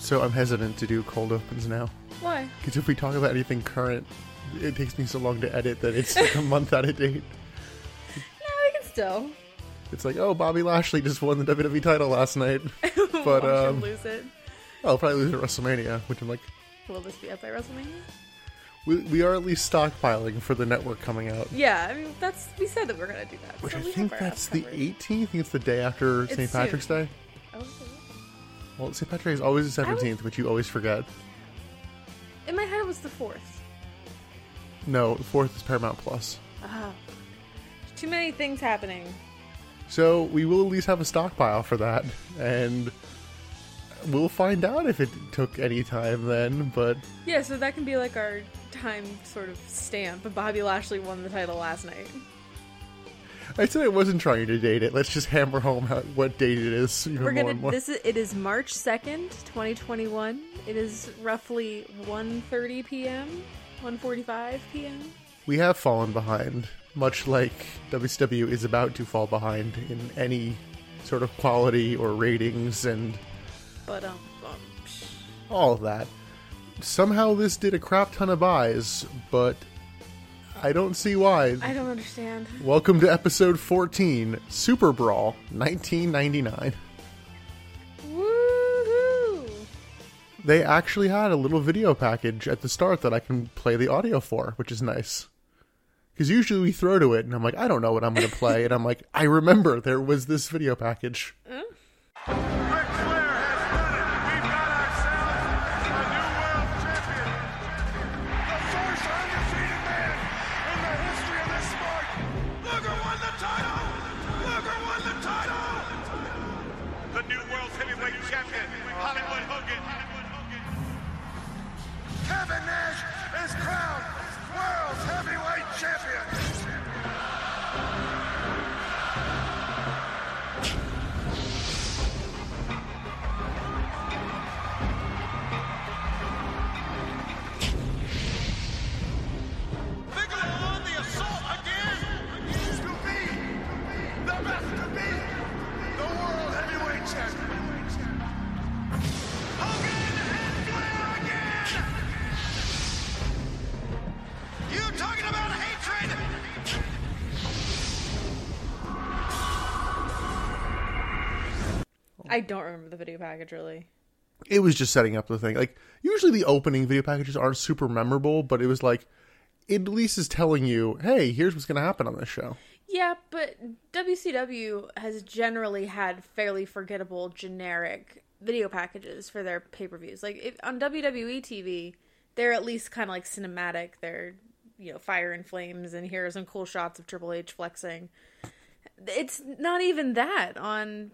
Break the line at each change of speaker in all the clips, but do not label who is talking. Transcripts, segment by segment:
So I'm hesitant to do cold opens now.
Why?
Because if we talk about anything current, it takes me so long to edit that it's like a month out of date.
No, we can still.
It's like, oh, Bobby Lashley just won the WWE title last night. But,
Watch him
um,
lose it.
Oh, I'll probably lose at WrestleMania, which I'm like,
Will this be up by WrestleMania?
we, we are at least stockpiling for the network coming out.
Yeah, I mean that's we said that we're gonna do that.
Which
so
I
we have
think
our
that's
ass
the
covered.
18th. I think it's the day after
It's
St. Patrick's Day.
Oh, okay.
Well, St. Patrick's Day is always the
I was-
17th, which you always forget.
In my head, it was the fourth.
No, the 4th is Paramount Plus.
Ah, too many things happening.
So we will at least have a stockpile for that, and we'll find out if it took any time then. But
Yeah, so that can be like our time sort of stamp. But Bobby Lashley won the title last night.
I said I wasn't trying to date it. Let's just hammer home how, what date it is even
We're
more
gonna.
and more.
This is. It is March second, twenty twenty one. It is roughly 1.30 p.m., 1.45 p.m.
we have fallen behind, much like WCW is about to fall behind in any sort of quality or ratings and
But um, um, psh.
all of that. Somehow this did a crap ton of buys, but I don't see why.
I don't understand.
Welcome to episode 14, Super Brawl 1999.
Woohoo!
They actually had a little video package at the start that I can play the audio for, which is nice. Because usually we throw to it, and I'm like, I don't know what I'm going to play. and I'm like, I remember there was this video package.
Ric Flair has done it. We've got ourselves a new world champion. The first undefeated man in the history of this sport. Luger won the title. Luger won the title. The new world heavyweight champion, Hollywood Hogan. Kevin Nash is crowned world heavyweight champion. Bigelow on the assault again. To be the best to be the world heavyweight champion. Hogan and Flair again. You talking about hatred?
I don't remember the video package really.
It was just setting up the thing. Like, usually the opening video packages aren't super memorable, but it was like, it at least is telling you, hey, here's what's going to happen on this show.
Yeah, but WCW has generally had fairly forgettable, generic video packages for their pay per views. Like if, on WWE TV, they're at least kind of like cinematic. They're you know fire and flames, and here are some cool shots of Triple H flexing. It's not even that on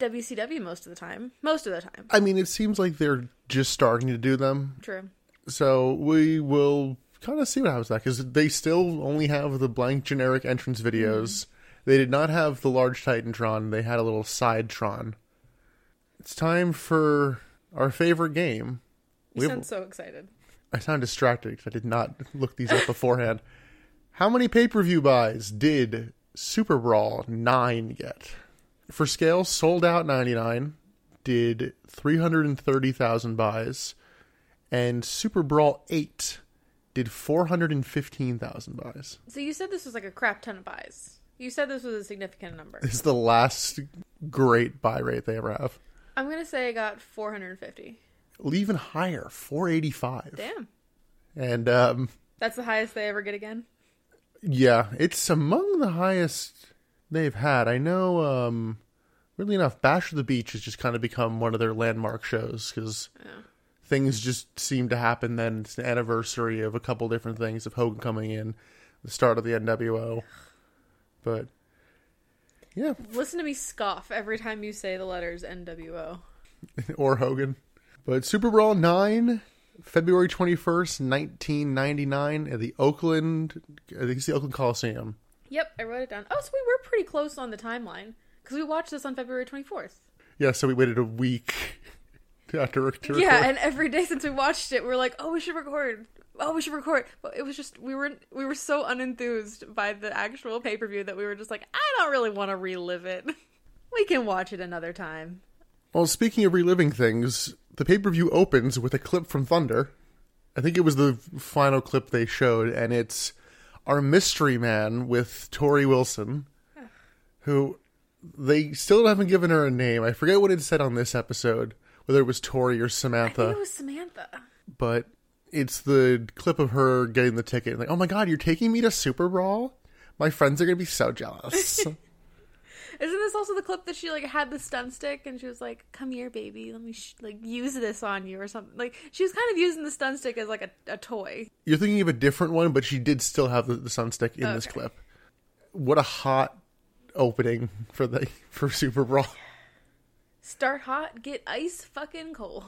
WCW most of the time. Most of the time,
I mean, it seems like they're just starting to do them.
true.
so we will kind of see what happens to that because they still only have the blank generic entrance videos.
Mm-hmm.
They did not have the large Titantron. They had a little side Tron. It's time for our favorite game.
You
We-
sound so excited.
I sound distracted because I did not look these up beforehand. How many pay per view buys did Super Brawl 9 get? For scale, sold out 99 did 330,000 buys, and Super Brawl 8 did 415,000 buys.
So you said this was like a crap ton of buys. You said this was a significant number.
This is the last great buy rate they ever have.
I'm gonna say I got 450.
Even higher, 485.
Damn.
And um,
That's the highest they ever get again.
Yeah, it's among the highest they've had. I know, um, really enough, Bash of the Beach has just kind of become one of their landmark shows because things just seem to happen then. It's an anniversary of a couple different things of Hogan coming in, the start of the NWO. But, yeah,
Listen to me scoff every time you say the letters NWO.
or Hogan. But Super Bowl 9, February 21st, 1999, at the Oakland, I think it's the Oakland Coliseum.
Yep, I wrote it down. Oh, so we were pretty close on the timeline because we watched this on February 24th.
Yeah, so we waited a week after rec- to record.
Yeah, and every day since we watched it, we are like, "Oh, we should record. Oh, we should record." But it was just we were we were so unenthused by the actual pay per view that we were just like, "I don't really want to relive it. we can watch it another time."
well, speaking of reliving things, The pay per view opens with a clip from Thunder. I think it was the final clip they showed, and it's our mystery man with Tori Wilson, who they still haven't given her a name. I forget what it said on this episode, whether it was Tori or
I think
Samantha,
it was Samantha.
but it's the clip of her getting the ticket. Like, oh my god, you're taking me to Super Brawl? My friends are gonna be so jealous.
Isn't this also the clip that she like had the stun stick and she was like, "Come here, baby, let me sh- like use this on you" or something? Like she was kind of using the stun stick as like a, a toy.
You're thinking of a different one, but she did still have the, the sunstick in this
Okay.
clip. What a hot opening for the for Super Brawl.
Start hot, get ice fucking cold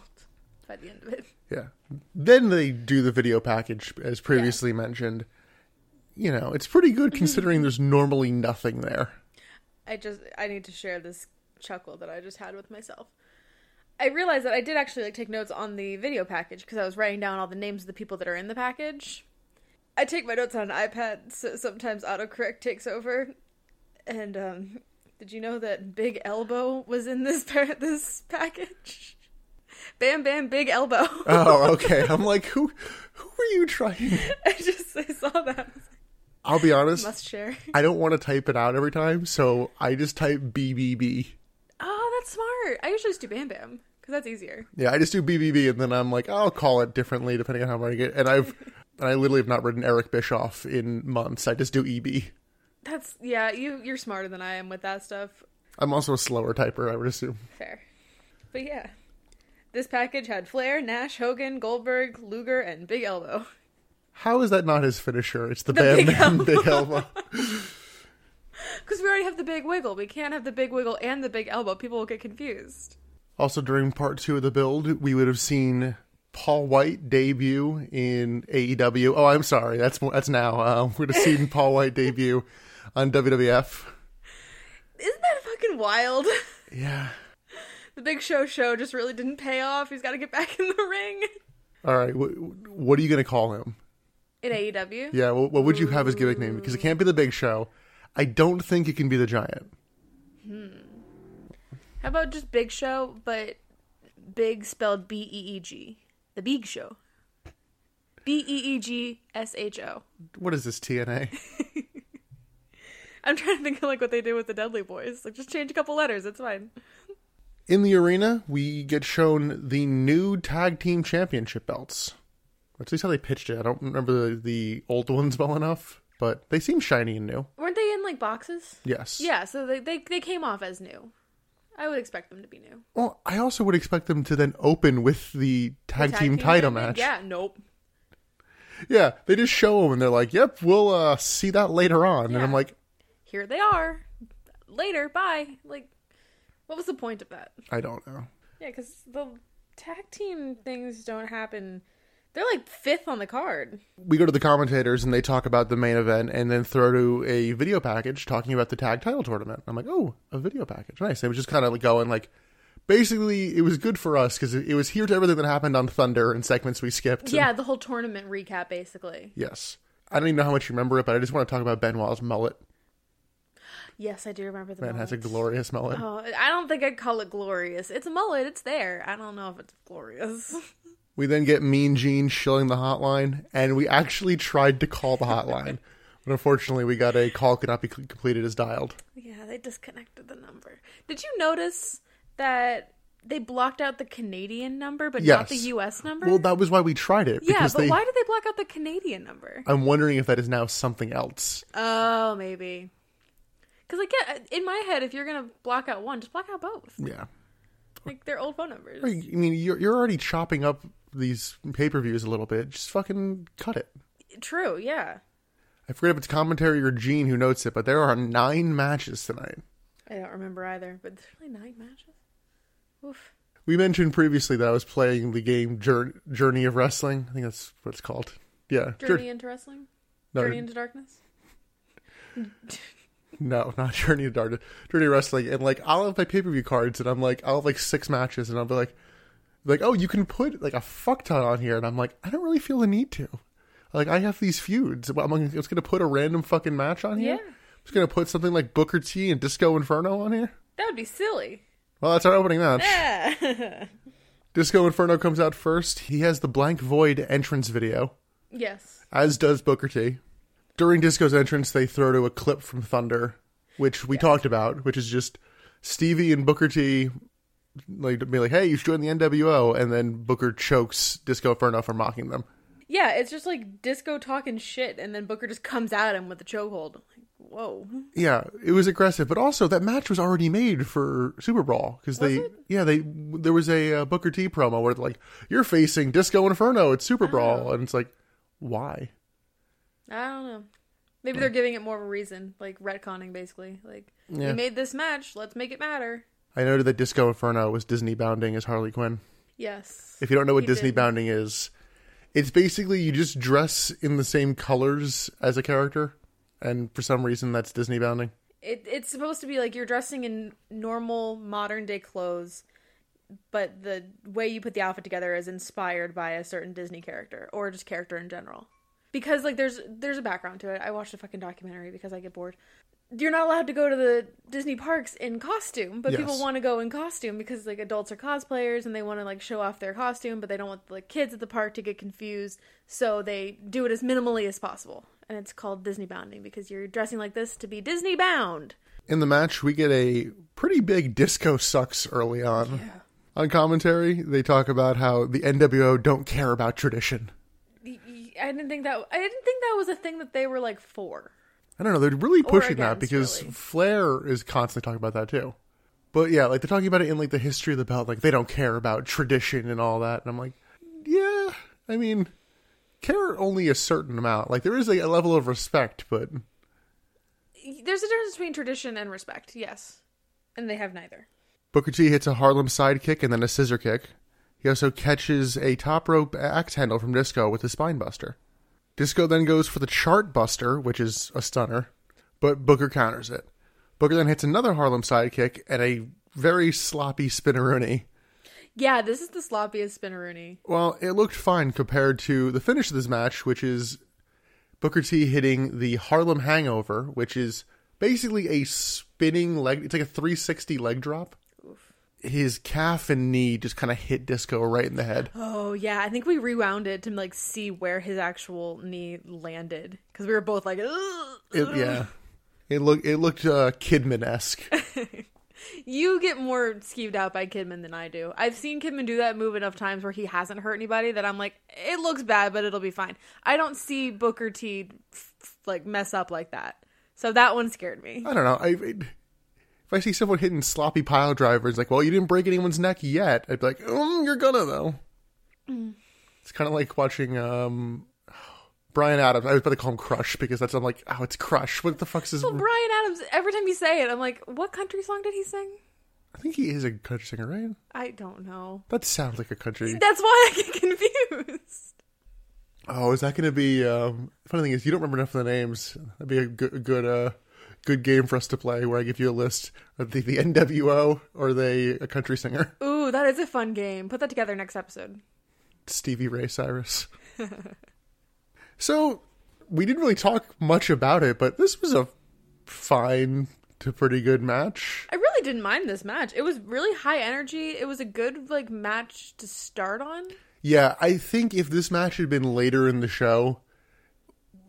by the end of it.
Yeah. Then they do the video package as previously mentioned. You know, it's pretty good considering there's normally nothing there.
I just I need to share this chuckle that I just had with myself. I realized that I did actually like take notes on the video package because I was writing down all the names of the people that are in the package. I take my notes on an iPad, so sometimes autocorrect takes over. And um, did you know that Big Elbow was in this par- this package? Bam, bam, Big Elbow.
Oh, okay. I'm like, who who are you trying?
I just I saw that. I was like,
I'll be honest.
Must share.
I don't want to type it out every time, so I just type BBB.
Oh, that's smart. I usually just do Bam Bam because that's easier.
Yeah, I just do BBB, and then I'm like, I'll call it differently depending on how I get. And I've, and I literally have not written Eric Bischoff in months. I just do E EB.
That's yeah. You you're smarter than I am with that stuff.
I'm also a slower typer, I would assume.
Fair, but yeah, this package had Flair, Nash, Hogan, Goldberg, Luger, and Big Elbow.
How is that not his finisher? It's the,
The
Bam
Big
Bam
Elbow.
Big Elbow.
Because we already have the Big Wiggle. We can't have the Big Wiggle and the Big Elbow. People will get confused.
Also, during part two of the build, we would have seen Paul White debut in AEW. Oh, I'm sorry, that's more- that's now. Uh, we'd have seen Paul White debut on WWF.
Isn't that fucking wild?
Yeah.
the Big Show show just really didn't pay off. He's got to get back in the ring.
All right. Wh- what are you gonna call him?
In E AEW,
Yeah. What, what would you have his gimmick name? Because it can't be the Big Show. I don't think it can be the Giant.
how about just Big Show, but Big spelled B E E G, the Big Show. B E E G S H O.
What is this TNA?
I'm trying to think of like what they did with the Dudley Boys. Like just change a couple letters, it's fine.
In the arena, we get shown the new tag team championship belts. Or At least how they pitched it. I don't remember the, the old ones well enough, but they seem shiny and new.
Weren't they in like boxes?
Yes.
Yeah, so they they, they came off as new. I would expect them to be new.
Well, I also would expect them to then open with the tag,
Tag
team, title
champion?
match.
Yeah, nope.
Yeah, They just show them and they're like, "Yep, we'll uh, see that later on." And I'm
Yeah.
like,
Here they are. Later, bye. Like, what was the point of that?
I don't know.
Yeah, because the tag team things don't happen. They're like fifth on the card.
We go to the commentators and they talk about the main event and then throw to a video package talking about the tag title tournament. I'm like, "Oh, a video package, nice." It was just kind of like going like, basically, it was good for us because it, it was here to everything that happened on Thunder and segments we skipped.
Yeah, the whole tournament recap basically.
Yes. I don't even know how much you remember it, but I just want to talk about Benoit's mullet.
Yes, I do remember the
Man has a
mullet.
glorious mullet.
Oh, I don't think I'd call it glorious. It's a mullet. It's there. I don't know if it's glorious.
We then get Mean Gene shilling the hotline, and we actually tried to call the hotline. but unfortunately, we got a call could not be c- completed as dialed.
yeah, they disconnected the number. Did you notice that they blocked out the Canadian number but not the
Yes.
US number?
Well, that was why we tried it.
yeah,
because
but
they,
why did they block out the Canadian number?
I'm wondering if that is now something else.
Oh, maybe. Cuz like yeah, in my head if you're going to block out one, just block out both.
Yeah.
Like they're old phone numbers.
I mean, you're, you're already chopping up these pay per views a little bit. Just fucking cut it.
True, yeah.
I forget if it's commentary or Gene who notes it, but there are nine matches tonight.
I don't remember either, but there's really nine matches. Oof.
We mentioned previously that I was playing the game Jour- Journey of Wrestling. I think that's what it's called. Yeah. Jour-
Journey into wrestling?
no,
Journey into darkness?
No, not Journey to Dark, Journey to Wrestling. And like, I'll have my pay per view cards, and I'm like, I'll have like six matches, and I'll be like, like, oh, you can put like a fuck ton on here, and I'm like, I don't really feel the need to. Like, I have these feuds. I'm like, it's gonna put a random fucking match on here.
Yeah.
It's gonna put something like Booker T and Disco Inferno on here.
That would be silly.
Well, that's our opening match.
Yeah.
Disco Inferno comes out first. He has the Blank Void entrance video,
Yes.
as does Booker T. During Disco's entrance, they throw to a clip from Thunder, which we talked about, which is just Stevie and Booker T like be like, "Hey, you should join the NWO," and then Booker chokes Disco Inferno for mocking them.
Yeah, it's just like disco talking shit, and then Booker just comes at him with a chokehold. Like, whoa.
Yeah, it was aggressive, but also that match was already made for Super Brawl because they, yeah, they there was a uh, Booker T promo where like you're facing Disco Inferno at Super Brawl, and it's like, why?
I don't know. Maybe they're giving it more of a reason, like retconning basically. Like
Yeah.
we made this match, let's make it matter.
I noted that Disco Inferno was Disney bounding as Harley Quinn.
Yes.
If you don't know what
He
Disney
did.
bounding is, it's basically you just dress in the same colors as a character, and for some reason that's Disney bounding.
It it's supposed to be like you're dressing in normal modern day clothes, but the way you put the outfit together is inspired by a certain Disney character or just character in general. Because like there's there's a background to it. I watched a fucking documentary because I get bored. You're not allowed to go to the Disney parks in costume, but people
Yes.
want to go in costume because like adults are cosplayers and they want to like show off their costume, but they don't want the kids at the park to get confused, so they do it as minimally as possible. And it's called Disney bounding because you're dressing like this to be Disney bound.
In the match, we get a pretty big disco sucks early on. On commentary, they talk about how the NWO don't care about tradition.
Y- y- I didn't think that I didn't think that was a thing that they were like for.
I don't know, they're really pushing that
against,
because
really.
Flair is constantly talking about that too. But yeah, like they're talking about it in like the history of the belt, like they don't care about tradition and all that. And I'm like, yeah, I mean, care only a certain amount. Like there is like, a level of respect, but
Y- There's a difference between tradition and respect, yes, and they have neither.
Booker T hits a Harlem sidekick and then a scissor kick. He also catches a top rope axe handle from Disco with a spine buster. Disco then goes for the chart buster, which is a stunner, but Booker counters it. Booker then hits another Harlem sidekick and a very sloppy spinneroonie.
Yeah, this is the sloppiest spinneroonie.
Well, it looked fine compared to the finish of this match, which is Booker T hitting the Harlem Hangover, which is basically a spinning leg. It's like a 360 leg drop. His calf and knee just kind of hit Disco right in the head.
Oh yeah, I think we rewound it to like see where his actual knee landed because we were both like, Ugh,
It, yeah, it looked it looked uh, Kidman esque.
you get more skeeved out by Kidman than I do. I've seen Kidman do that move enough times where he hasn't hurt anybody that I'm like, it looks bad, but it'll be fine. I don't see Booker T f- f- like mess up like that, so that one scared me.
I don't know. I it, if I see someone hitting sloppy pile drivers, like, well, you didn't break anyone's neck yet. I'd be like, mm, you're gonna though. It's kind of like watching um, Brian Adams. I was about to call him Crush because that's I'm like, oh, it's Crush. What the fuck's his?
Well, Brian Adams. Every time you say it, I'm like, what country song did he sing?
I think he is a country singer, right?
I don't know.
That sounds like a country.
That's why I get confused.
Oh, is that gonna be? Um, funny thing is, you don't remember enough of the names. That'd be a good, a good, uh, good game for us to play, where I give you a list of the, the NWO or they a country singer,
Ooh, that is a fun game. Put that together next episode.
Stevie Ray Cyrus. so we didn't really talk much about it, but this was a fine to pretty good match.
I really didn't mind this match. It was really high energy. It was a good like match to start on.
Yeah, I think if this match had been later in the show,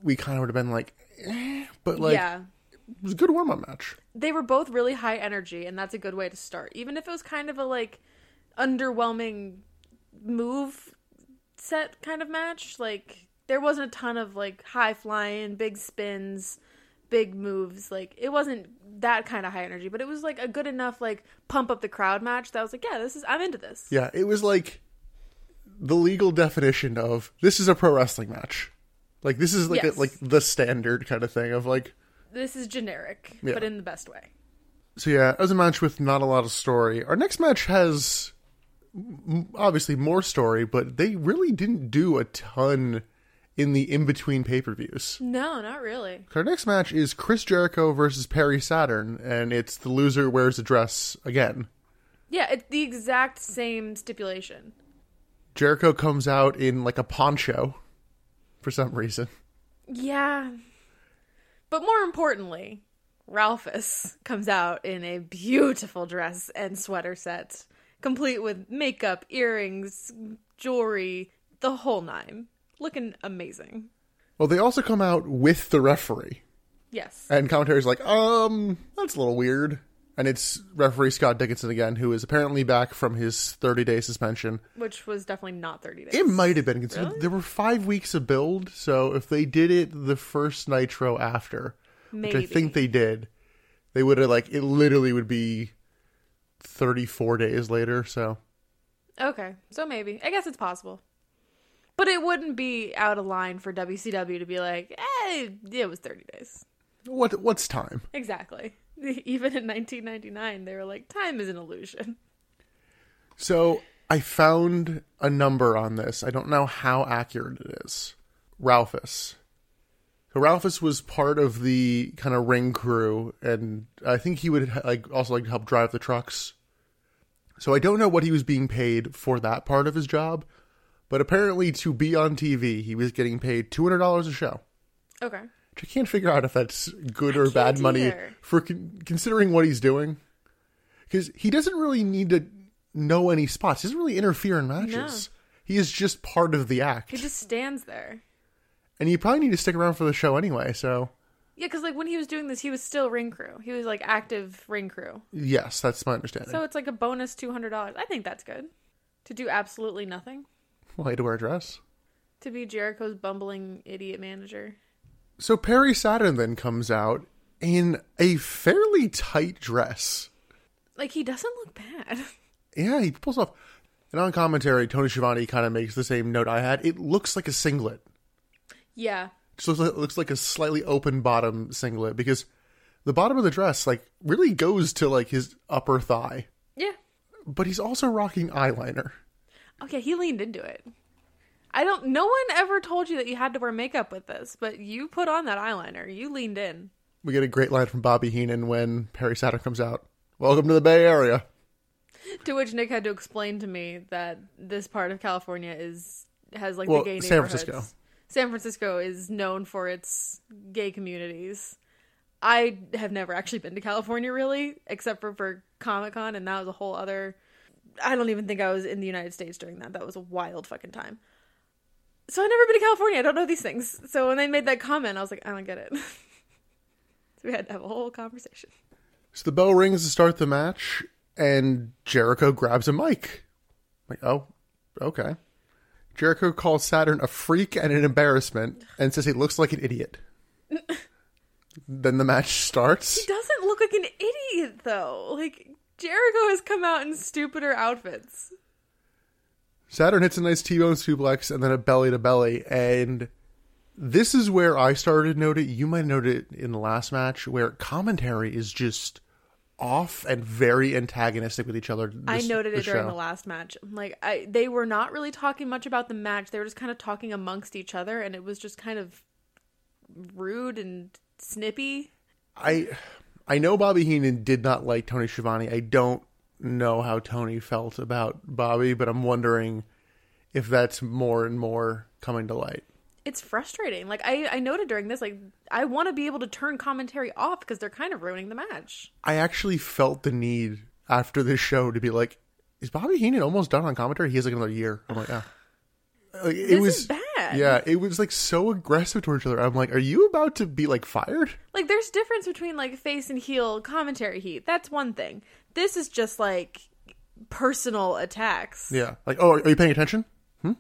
we kind of would have been like, eh, but like
yeah.
it was a good warm up match.
They were both really high energy and that's a good way to start. Even if it was kind of a like underwhelming move set kind of match, like there wasn't a ton of like high flying, big spins, big moves. Like it wasn't that kind of high energy, but it was like a good enough like pump up the crowd match that I was like, yeah, this is I'm into this.
Yeah, it was like the legal definition of this is a pro wrestling match. Like this is like
Yes.
a, like the standard kind of thing of like
This is generic,
Yeah.
but in the best way.
So yeah, that was a match with not a lot of story. Our next match has m- obviously more story, but they really didn't do a ton in the in between pay per views.
No, not really.
Our next match is Chris Jericho versus Perry Saturn, and it's the loser wears a dress again.
Yeah, it's the exact same stipulation.
Jericho comes out in like a poncho for some reason.
Yeah. But more importantly, Ralphus comes out in a beautiful dress and sweater set complete with makeup, earrings, jewelry, the whole nine. Looking amazing.
Well, they also come out with the referee,
Yes.
and commentary's like, um, that's a little weird. And it's referee Scott Dickinson again, who is apparently back from his 30 day suspension.
Which was definitely not 30 days.
It might have been considered.
Really?
There were five weeks of build, so if they did it the first Nitro after,
Maybe.
which I think they did, they would have like it. Literally, would be thirty four days later. So
Okay, so maybe. I guess it's possible. But it wouldn't be out of line for WCW to be like, eh, it was 30 days.
what? What's time?
Exactly. Even in 1999, they were like, time is an illusion.
So I found a number on this. I don't know how accurate it is. Ralphus. So Ralphus was part of the kind of ring crew, and I think he would like also like help drive the trucks. So I don't know what he was being paid for that part of his job, but apparently to be on TV, he was getting paid two hundred dollars a show.
Okay.
Which I can't figure out if that's good or bad
can't
money
either.
for con- considering what he's doing. Because he doesn't really need to know any spots. He doesn't really interfere in matches. He is just part of the act.
He just stands there.
And you probably need to stick around for the show anyway. So,
Yeah, because like when he was doing this, he was still ring crew. He was like active ring crew.
yes, that's my understanding.
So it's like a bonus $200. I think that's good. To do absolutely nothing.
well, I had to wear a dress.
To be Jericho's bumbling idiot manager.
So Perry Saturn then comes out in a fairly tight dress.
Like, he doesn't look bad.
Yeah, he pulls off. And on commentary, Tony Schiavone kind of makes the same note I had. It looks like a singlet.
yeah.
So it looks like a slightly open bottom singlet because the bottom of the dress like really goes to like his upper thigh,
Yeah.
but he's also rocking eyeliner.
Okay, he leaned into it. I don't. No one ever told you that you had to wear makeup with this, but you put on that eyeliner. You leaned in.
We get a great line from Bobby Heenan when Perry Saturn comes out. Welcome to the Bay Area.
To which Nick had to explain to me that this part of California is has like
Well,
the gay
San
neighborhoods.
Francisco.
San Francisco is known for its gay communities. I have never actually been to California really, except for for Comic Con, and that was a whole other. I don't even think I was in the United States during that. That was a wild fucking time. So I've never been to California. I don't know these things. So when they made that comment, I was like, I don't get it. so we had to have a whole conversation.
So the bell rings to start the match, and Jericho grabs a mic. like, oh, okay. Jericho calls Saturn a freak and an embarrassment and says he looks like an idiot. then the match starts.
doesn't look like an idiot though. Like Jericho has come out in stupider outfits.
Saturn hits a nice T-bone suplex and then a belly to belly. And this is where I started to note it. You might note it in the last match where commentary is just off and very antagonistic with each other.
I
this-
noted it
this
during
show.
the last match. Like I they were not really talking much about the match. They were just kind of talking amongst each other and it was just kind of rude and snippy.
I I know Bobby Heenan did not like Tony Schiavone. I don't know how Tony felt about Bobby, but I'm wondering if that's more and more coming to light.
It's frustrating. Like I I noted during this like I want to be able to turn commentary off because they're kind of ruining the match.
I actually felt the need after this show to be like, is Bobby Heenan almost done on commentary? He has like another year. I'm like, yeah. Like, it
This
was
is bad.
Yeah, it was like so aggressive towards each other. I'm like, are you about to be like fired?
Like there's difference between like face and heel commentary heat. That's one thing. This is just like personal attacks.
Yeah. Like, oh, are you paying attention?
Yeah.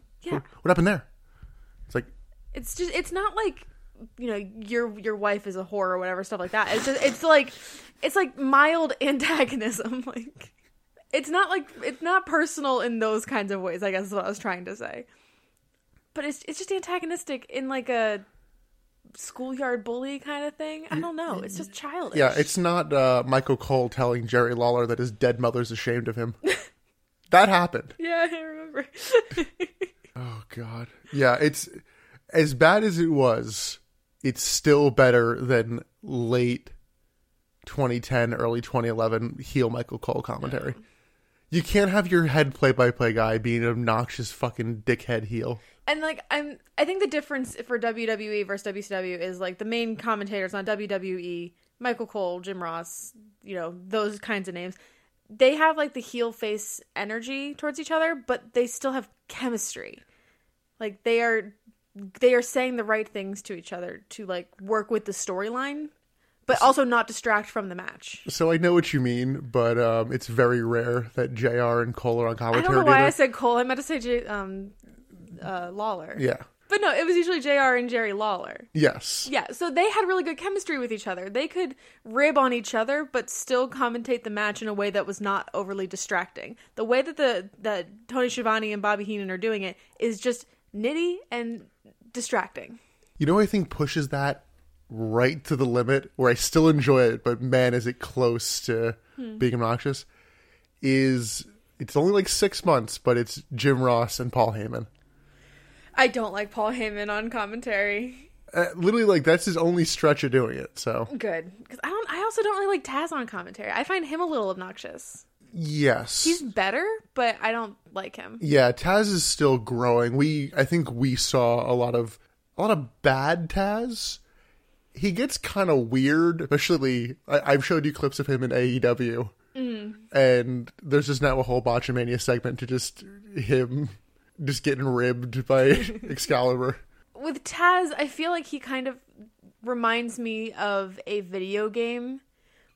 What happened there? It's like,
It's just it's not like you know your your wife is a whore or whatever stuff like that. It's just it's like it's like mild antagonism like it's not like it's not personal in those kinds of ways, I guess is what I was trying to say. But it's it's just antagonistic in like a schoolyard bully kind of thing. I don't know. It's just childish.
yeah, it's not uh, Michael Cole telling Jerry Lawler that his dead mother's ashamed of him. that happened.
Yeah, I remember.
Oh God. Yeah, it's as bad as it was. It's still better than late 2010, early 2011 heel Michael Cole commentary. You can't have your head play-by-play guy be an obnoxious fucking dickhead heel.
and like I'm I think the difference for WWE versus WCW is like the main E, commentators on WWE, Michael Cole, Jim Ross, you know, those kinds of names. they have like the heel face energy towards each other, but they still have chemistry. Like they are they are saying the right things to each other to like work with the storyline, but also not distract from the match.
So I know what you mean, but um, it's very rare that JR and Cole are on
I
commentary
don't know why I
together.
said Cole. I meant to say J- um, uh, Lawler.
Yeah.
But no, it was usually JR and Jerry Lawler.
Yes.
Yeah, so they had really good chemistry with each other. They could rib on each other, but still commentate the match in a way that was not overly distracting. The way that the that Tony Schiavone and Bobby Heenan are doing it is just nitty and distracting.
You know what I think pushes that right to the limit where I still enjoy it, but man, is it close to being obnoxious? Is it's only like six months, but it's Jim Ross and Paul Heyman.
I don't like Paul Heyman on commentary.
Uh, literally, like that's his only stretch of doing it. So
Good, because I don't. I also don't really like Taz on commentary. I find him a little obnoxious.
yes,
He's better, but I don't like him.
yeah, Taz is still growing. We, I think, we saw a lot of a lot of bad Taz. He gets kind of weird, especially. I, I've showed you clips of him in AEW, and there's just now a whole Botchamania segment to just him just getting ribbed by Excalibur.
with Taz, I feel like he kind of reminds me of a video game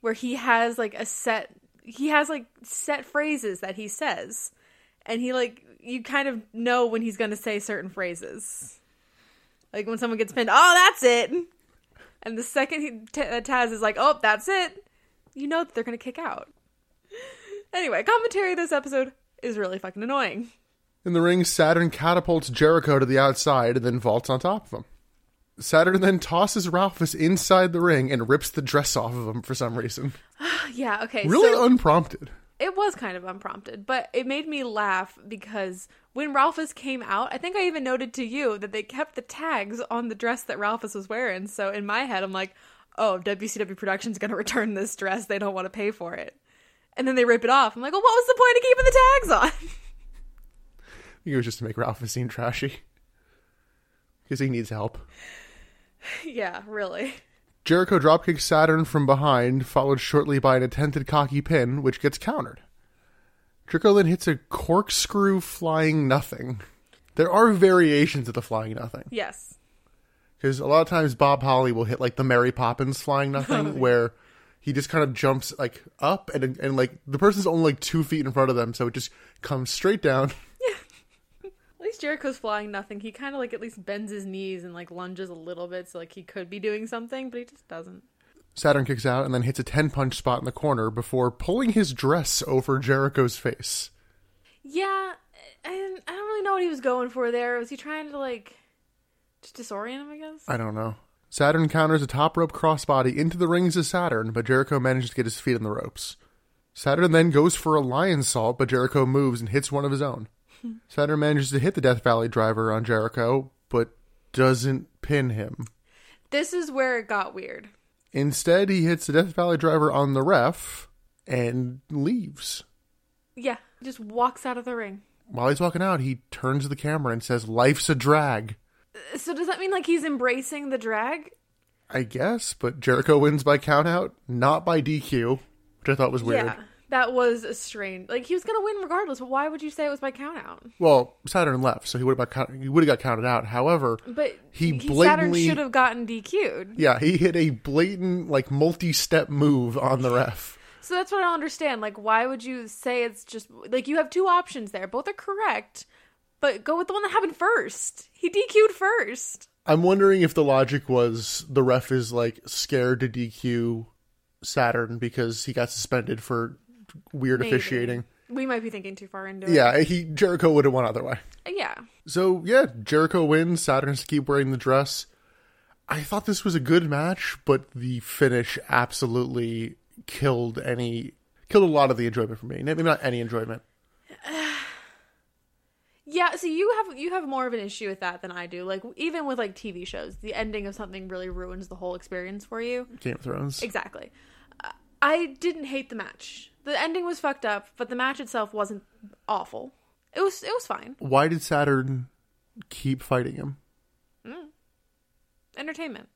where he has like a set he has like set phrases that he says and he like you kind of know when he's going to say certain phrases. Like when someone gets pinned, "Oh, that's it." And the second he, T- uh, Taz is like, "Oh, that's it." You know that they're going to kick out. Anyway, commentary this episode is really fucking annoying.
In the ring, Saturn catapults Jericho to the outside and then vaults on top of him. Saturn then tosses Ralphus inside the ring and rips the dress off of him for some reason.
Yeah, okay.
Really
so-
unprompted.
it was kind of unprompted, but it made me laugh because when Ralphus came out, I think I even noted to you that they kept the tags on the dress that Ralphus was wearing. So in my head, I'm like, oh, WCW Production's going to return this dress. They don't want to pay for it. And then they rip it off. I'm like, well, what was the point of keeping the tags on?
I think it was just to make Ralphus seem trashy. Because he needs help.
yeah, really.
Jericho dropkicks Saturn from behind, followed shortly by an attempted cocky pin, which gets countered. Jericho then hits a corkscrew flying nothing. There are variations of the flying nothing.
Yes.
Because a lot of times Bob Holly will hit like the Mary Poppins flying nothing, where he just kind of jumps like up and and like the person's only like two feet in front of them, so it just comes straight down.
At least Jericho's flying nothing. He kind of like at least bends his knees and like lunges a little bit. So like he could be doing something, but he just doesn't.
Saturn kicks out and then hits a ten punch spot in the corner before pulling his dress over Jericho's face.
Yeah, and I don't really know what he was going for there. Was he trying to like just disorient him? I guess.
I don't know. Saturn counters a top rope crossbody into the rings of Saturn, but Jericho manages to get his feet on the ropes. Saturn then goes for a lion salt, but Jericho moves and hits one of his own. Saturn manages to hit the Death Valley driver on Jericho, but doesn't pin him.
This is where it got weird.
Instead, he hits the Death Valley driver on the ref and leaves.
Yeah, he just walks out of the ring.
While he's walking out, he turns to the camera and says, Life's a drag.
So does that mean like he's embracing the drag?
I guess, but Jericho wins by countout, not by DQ, which I thought was weird.
Yeah, that was a strange. Like he was gonna win regardless, but why would you say it was by count out?
Well, Saturn left, so he would have got count- he would have got counted out. However,
But
He
Saturn
blatantly-
should have gotten DQ'd.
yeah, he hit a blatant like multi-step move on the ref.
So that's what I don't understand. Like, why would you say it's just like you have two options there? Both are correct, but go with the one that happened first. He DQ'd first.
I'm wondering if the logic was the ref is like scared to DQ Saturn because he got suspended for weird
Maybe.
officiating.
We might be thinking too far into it.
Yeah, he Jericho would have won either way.
Yeah.
So yeah, Jericho wins. Saturn has to keep wearing the dress. I thought this was a good match, but the finish absolutely killed any killed a lot of the enjoyment for me. Maybe not any enjoyment.
Yeah, so you have you have more of an issue with that than I do. Like even with like TV shows, the ending of something really ruins the whole experience for you.
Game of Thrones.
Exactly. Uh, I didn't hate the match. The ending was fucked up, but the match itself wasn't awful. It was it was fine.
Why did Saturn keep fighting him?
Entertainment.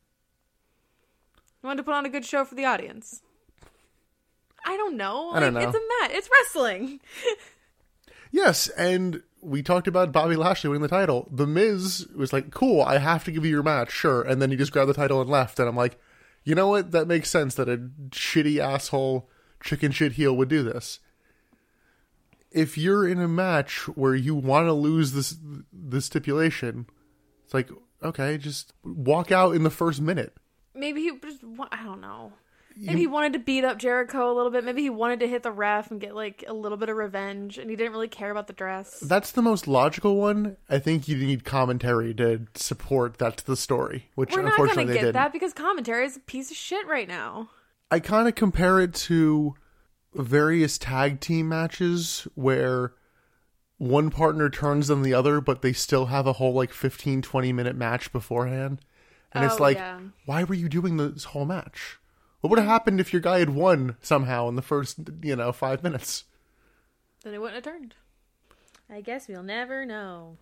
You wanted to put on a good show for the audience. I don't know.
I don't
Like,
know.
It's a mat. It's wrestling.
Yes, and we talked about Bobby Lashley winning the title. The Miz was like, "Cool, I have to give you your match, sure." And then he just grabbed the title and left. And I'm like, you know what? That makes sense that a shitty asshole chicken shit heel would do this. If you're in a match where you want to lose this the stipulation, it's like, okay, just walk out in the first minute.
Maybe he just. wa- I don't know. Maybe he wanted to beat up Jericho a little bit. Maybe he wanted to hit the ref and get like a little bit of revenge, and he didn't really care about the dress.
That's the most logical one. I think you need commentary to support that's the story, which
We're not
unfortunately
gonna
they
get
didn't.
that because commentary is a piece of shit right now.
I kind of compare it to various tag team matches where one partner turns on the other, but they still have a whole like 15, 20 minute match beforehand. And it's
Oh,
like,
yeah.
why were you doing this whole match? What would have happened if your guy had won somehow in the first, you know, five minutes?
Then it wouldn't have turned. I guess we'll never know.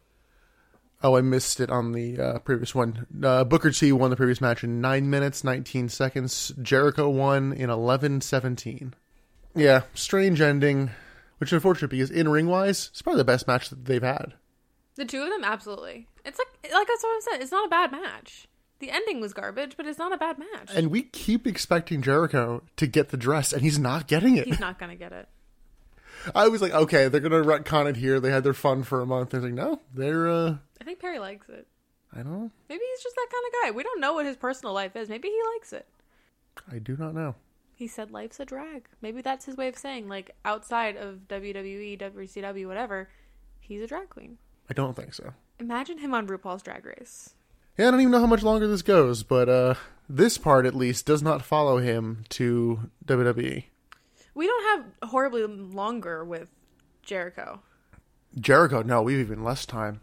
Oh, I missed it on the uh, previous one. Uh, Booker T won the previous match in 9 minutes, 19 seconds. Jericho won in 11 17. Yeah, strange ending, which unfortunate because in ring wise, it's probably the best match that they've had.
The two of them, absolutely. It's like like that's what I said. It's not a bad match. The ending was garbage, but it's not a bad match.
And we keep expecting Jericho to get the dress, and he's not getting it.
He's not gonna get it.
I was like, okay, they're going to retcon it here. They had their fun for a month. They're like, no, they're, uh,
I think Perry likes it.
I don't know.
Maybe he's just that kind of guy. We don't know what his personal life is. Maybe he likes it.
I do not know.
He said life's a drag. Maybe that's his way of saying like outside of E, WWE, WCW, whatever, he's a drag queen.
I don't think so.
Imagine him on RuPaul's Drag Race.
Yeah, I don't even know how much longer this goes, but uh, this part at least does not follow him to E. WWE.
We don't have horribly longer with Jericho.
Jericho, no, we've even less time.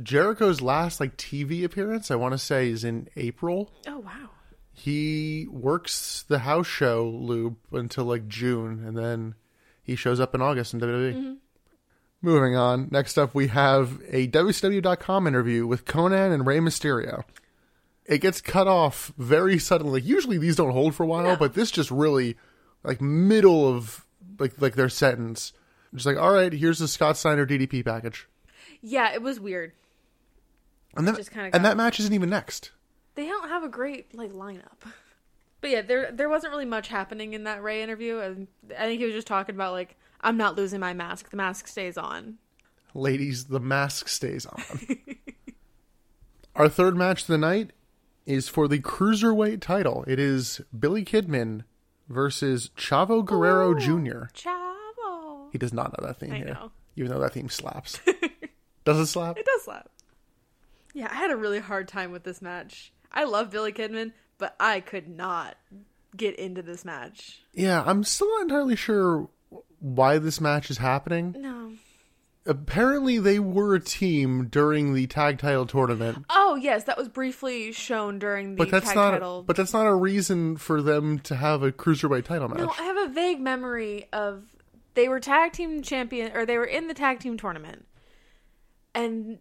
Jericho's last like TV appearance, I want to say, is in April.
Oh wow.
He works the house show loop until like June, and then he shows up in August in WWE.
Mm-hmm.
Moving on. Next up, we have a WCW.com interview with Conan and Rey Mysterio. It gets cut off very suddenly. Usually these don't hold for a while,
No.
but this just really, like middle of like like their sentence, just like all right, here's the Scott Steiner DDP package,
Yeah, it was weird.
and then
Just kinda
and
got-
that match isn't even next.
They don't have a great like lineup. But yeah, there there wasn't really much happening in that Ray interview. And I think he was just talking about like I'm not losing my mask. The mask stays on.
Ladies, the mask stays on. Our third match of the night is for the cruiserweight title. It is Billy Kidman versus Chavo Guerrero Jr.
Chavo.
He does not know that theme
I
here,
know.
even though that theme slaps. does it slap?
It does slap. Yeah, I had a really hard time with this match. I love Billy Kidman, but I could not get into this match.
Yeah, I'm still not entirely sure why this match is happening.
No.
Apparently, they were a team during the tag title tournament,
Oh yes, that was briefly shown during the
but that's
tag
not.
title.
But that's not a reason for them to have a cruiserweight title match.
No, I have a vague memory of they were tag team champion or they were in the tag team tournament. And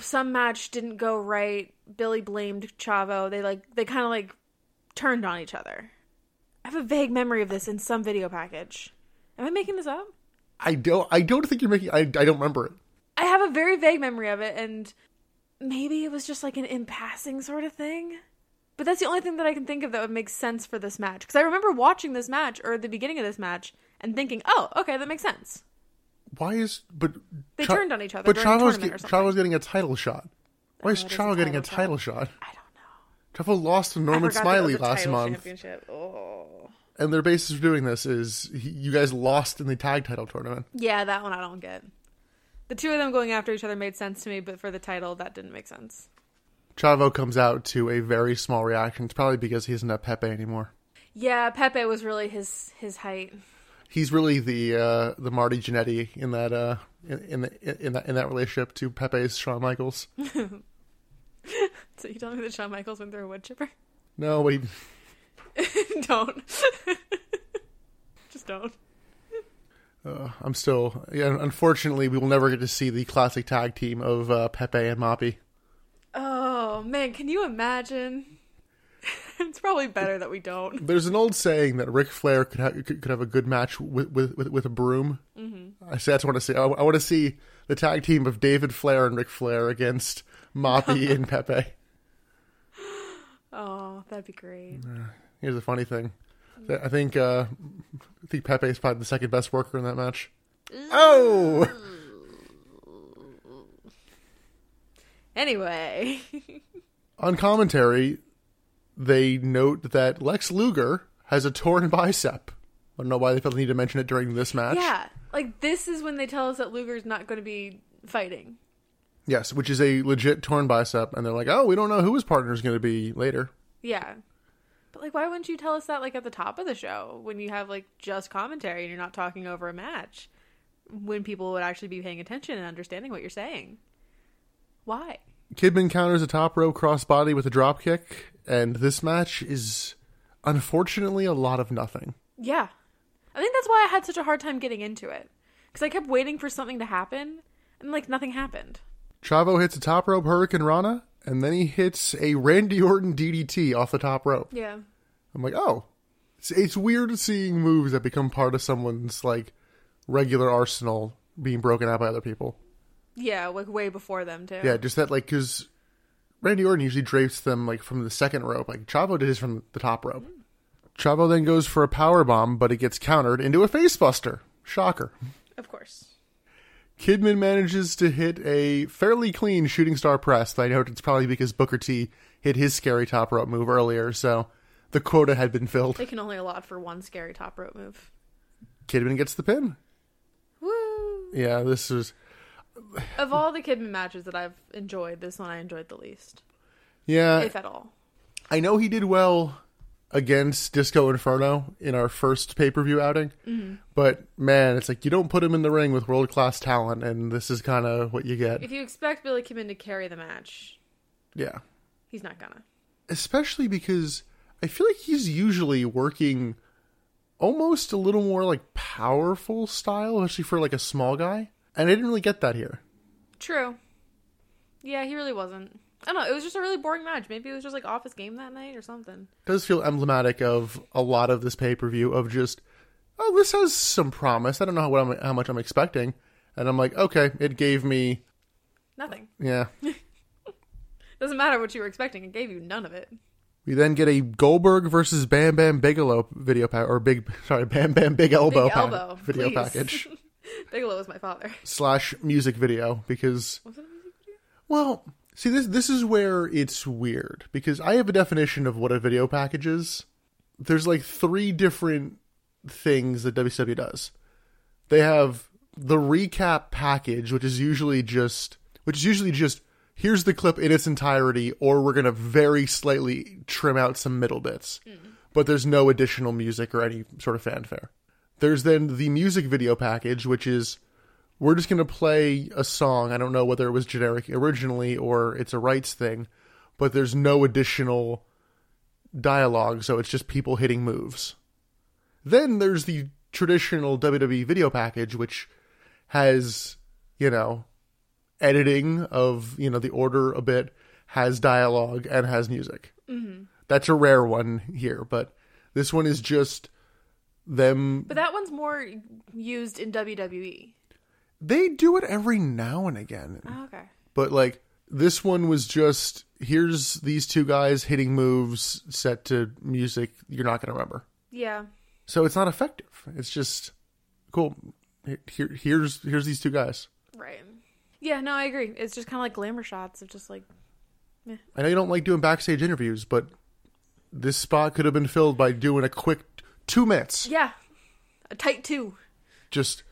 some match didn't go right. Billy blamed Chavo. They like they kind of like turned on each other. I have a vague memory of this in some video package. Am I making this up?
I don't. I don't think you're making. I, I don't remember it.
I have a very vague memory of it and maybe it was just like an in passing sort of thing. But that's the only thing that I can think of that would make sense for this match. Because I remember watching this match or the beginning of this match and thinking, oh, okay, that makes sense.
Why is but
They
Cha-
turned on each other
But
during the
Chavo's,
tournament
get-
or something. Oh,
Chavo's getting a title shot. Why is
it is a
Chavo getting a
title
title shot?
I don't know.
Chavo lost to
I
Norman
forgot that it was
Smiley
a
last
title
month,
Championship. Oh.
and their basis for doing this is he, you guys lost in the tag title tournament.
Yeah, that one I don't get. The two of them going after each other made sense to me, but for the title, that didn't make sense.
Chavo comes out to a very small reaction. It's probably because he isn't at Pepe anymore.
Yeah, Pepe was really his his height.
He's really the uh, the Marty Jannetty in that uh, in, in, the, in that in that relationship to Pepe's Shawn Michaels.
So you telling me that Shawn Michaels went through a wood chipper?
No, wait.
don't. Just don't.
Uh, I'm still. Yeah, unfortunately, we will never get to see the classic tag team of uh, Pepe and Moppy.
Oh man, can you imagine? it's probably better that we don't.
There's an old saying that Ric Flair could have could, could have a good match with with with, with a broom. Mm-hmm. I say that's what I want to see. I, want to see the tag team of David Flair and Ric Flair against Moppy and Pepe.
Oh, that'd be great.
Here's the funny thing. I think uh, I think Pepe is probably the second best worker in that match. Oh,
Anyway,
on commentary, they note that Lex Luger has a torn bicep. I don't know why they felt the need to mention it during this match.
yeah, like this is when they tell us that Luger's not going to be fighting.
Yes, which is a legit torn bicep, and they're like, "Oh, we don't know who his partner is going to be later."
Yeah. But like why wouldn't you tell us that like at the top of the show when you have like just commentary and you're not talking over a match when people would actually be paying attention and understanding what you're saying? Why?
Kidman counters a top row crossbody with a dropkick, and this match is unfortunately a lot of nothing.
Yeah. I think that's why I had such a hard time getting into it cuz I kept waiting for something to happen and like nothing happened.
Chavo hits a top rope Hurricane Rana, and then he hits a Randy Orton DDT off the top rope.
Yeah.
I'm like, oh, it's, it's weird seeing moves that become part of someone's like regular arsenal being broken out by other people.
Yeah, like way before them too.
Yeah, just that like because Randy Orton usually drapes them like from the second rope. Like Chavo did his from the top rope. Chavo then goes for a power bomb, but it gets countered into a facebuster. Shocker.
Of course.
Kidman manages to hit a fairly clean shooting star press. I know it's probably because Booker T hit his scary top rope move earlier, so the quota had been filled.
They can only allot for one scary top rope move.
Kidman gets the pin.
Woo!
Yeah, this is
Of all the Kidman matches that I've enjoyed, this one I enjoyed the least,
yeah.
if at all.
I know he did well against Disco Inferno in our first pay per view outing,
Mm-hmm.
but man, it's like you don't put him in the ring with world class talent, and this is kind of what you get.
If you expect Billy Kidman to carry the match,
Yeah.
he's not gonna.
Especially because I feel like he's usually working almost a little more like powerful style, especially for like a small guy. And I didn't really get that here.
True. Yeah, he really wasn't. I don't know. It was just a really boring match. Maybe it was just like office game that night or something.
does feel emblematic of a lot of this pay per view of just, oh, this has some promise. I don't know how, what I'm, how much I'm expecting. And I'm like, okay, it gave me,
Nothing.
yeah.
Doesn't matter what you were expecting. It gave you none of it.
we then get a Goldberg versus Bam Bam Bigelow video pack, or big, sorry, Bam Bam Big Elbow,
Big
pack-
elbow.
video
please.
package
Bigelow was my father.
slash music video because,
Was it a music video?
well, see, this this is where it's weird because I have a definition of what a video package is. There's like three different things that WCW does. they have the recap package, which is usually just which is usually just here's the clip in its entirety, or we're gonna very slightly trim out some middle bits.
Hmm.
But there's no additional music or any sort of fanfare. There's then the music video package, which is we're just gonna play a song. I don't know whether it was generic originally or it's a rights thing, but there's no additional dialogue, so it's just people hitting moves. Then there's the traditional WWE video package, which has, you know, editing of, you know, the order a bit, has dialogue, and has music. Mm-hmm. That's a rare one here, but this one is just them.
But that one's more used in E. WWE.
They do it every now and again.
Oh, okay.
But like this one was just here's these two guys hitting moves set to music you're not going to remember.
Yeah.
So it's not effective. It's just cool. Here, here's here's these two guys.
Right. Yeah. No, I agree. It's just kind of like glamour shots of just like
I know you don't like doing backstage interviews, but this spot could have been filled by doing a quick two minutes.
yeah, a tight two.
Just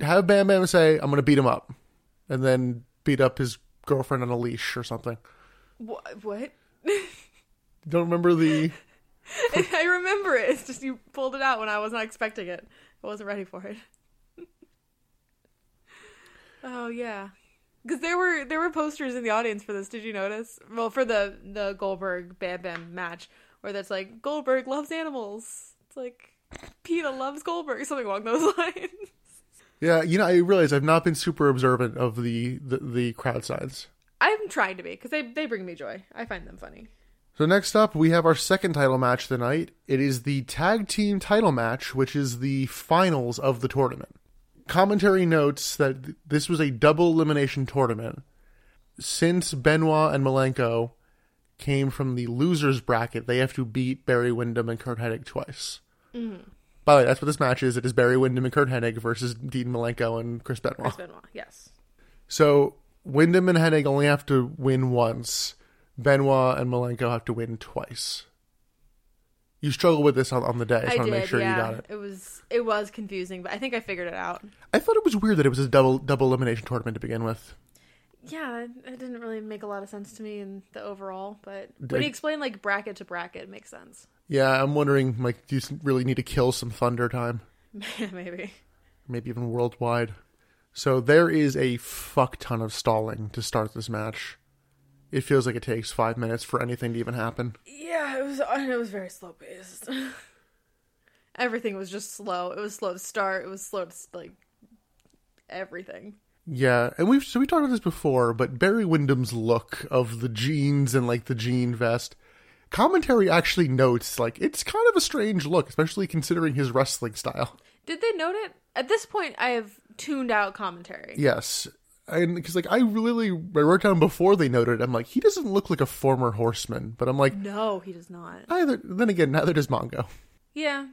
have Bam Bam say, "I'm going to beat him up," and then beat up his girlfriend on a leash or something.
Wha what?
Don't remember the
I remember it. It's just you pulled it out when I was not expecting it. I wasn't ready for it. oh yeah, because there were there were posters in the audience for this. Did you notice? Well, for the the Goldberg Bam Bam match, where that's like Goldberg loves animals. It's like Peta loves Goldberg, something along those lines.
yeah. You know, I realize I've not been super observant of the the, the crowd signs.
I'm trying to be because they they bring me joy. I find them funny.
So next up, we have our second title match of the night. It is the tag team title match, which is the finals of the tournament. Commentary notes that th- this was a double elimination tournament. Since Benoit and Malenko came from the losers bracket, they have to beat Barry Windham and Kurt Hennig twice. By the way, that's what this match is. It is Barry Windham and Kurt Hennig versus Dean Malenko and Chris Benoit.
Chris Benoit, yes.
So Wyndham and Hennig only have to win once. Benoit and Malenko have to win twice. You struggle with this on, on the day. I just
I
want
did.
to make sure
yeah,
you got it.
it was it was confusing, but I think I figured it out.
I thought it was weird that it was a double double elimination tournament to begin with.
Yeah, it- it didn't really make a lot of sense to me in the overall, but
Like-
when you explain like bracket to bracket, it makes sense.
Yeah, I'm wondering, like, do you really need to kill some Thunder time?
Maybe.
Maybe even worldwide. So there is a fuck ton of stalling to start this match. It feels like it takes five minutes for anything to even happen.
Yeah, it was it was very slow paced.
Everything was just slow. It was slow to start. It was slow to like everything.
Yeah, and we've so we talked about this before, but Barry Wyndham's look of the jeans and like the jean vest. Commentary actually notes like it's kind of a strange look, especially considering his wrestling style.
Did they note it? At this point, I have tuned out commentary.
Yes, and because like I really I wrote down before they noted, I'm like he doesn't look like a former horseman, but I'm like
No, he does not.
neither. Then again, neither does Mongo.
Yeah.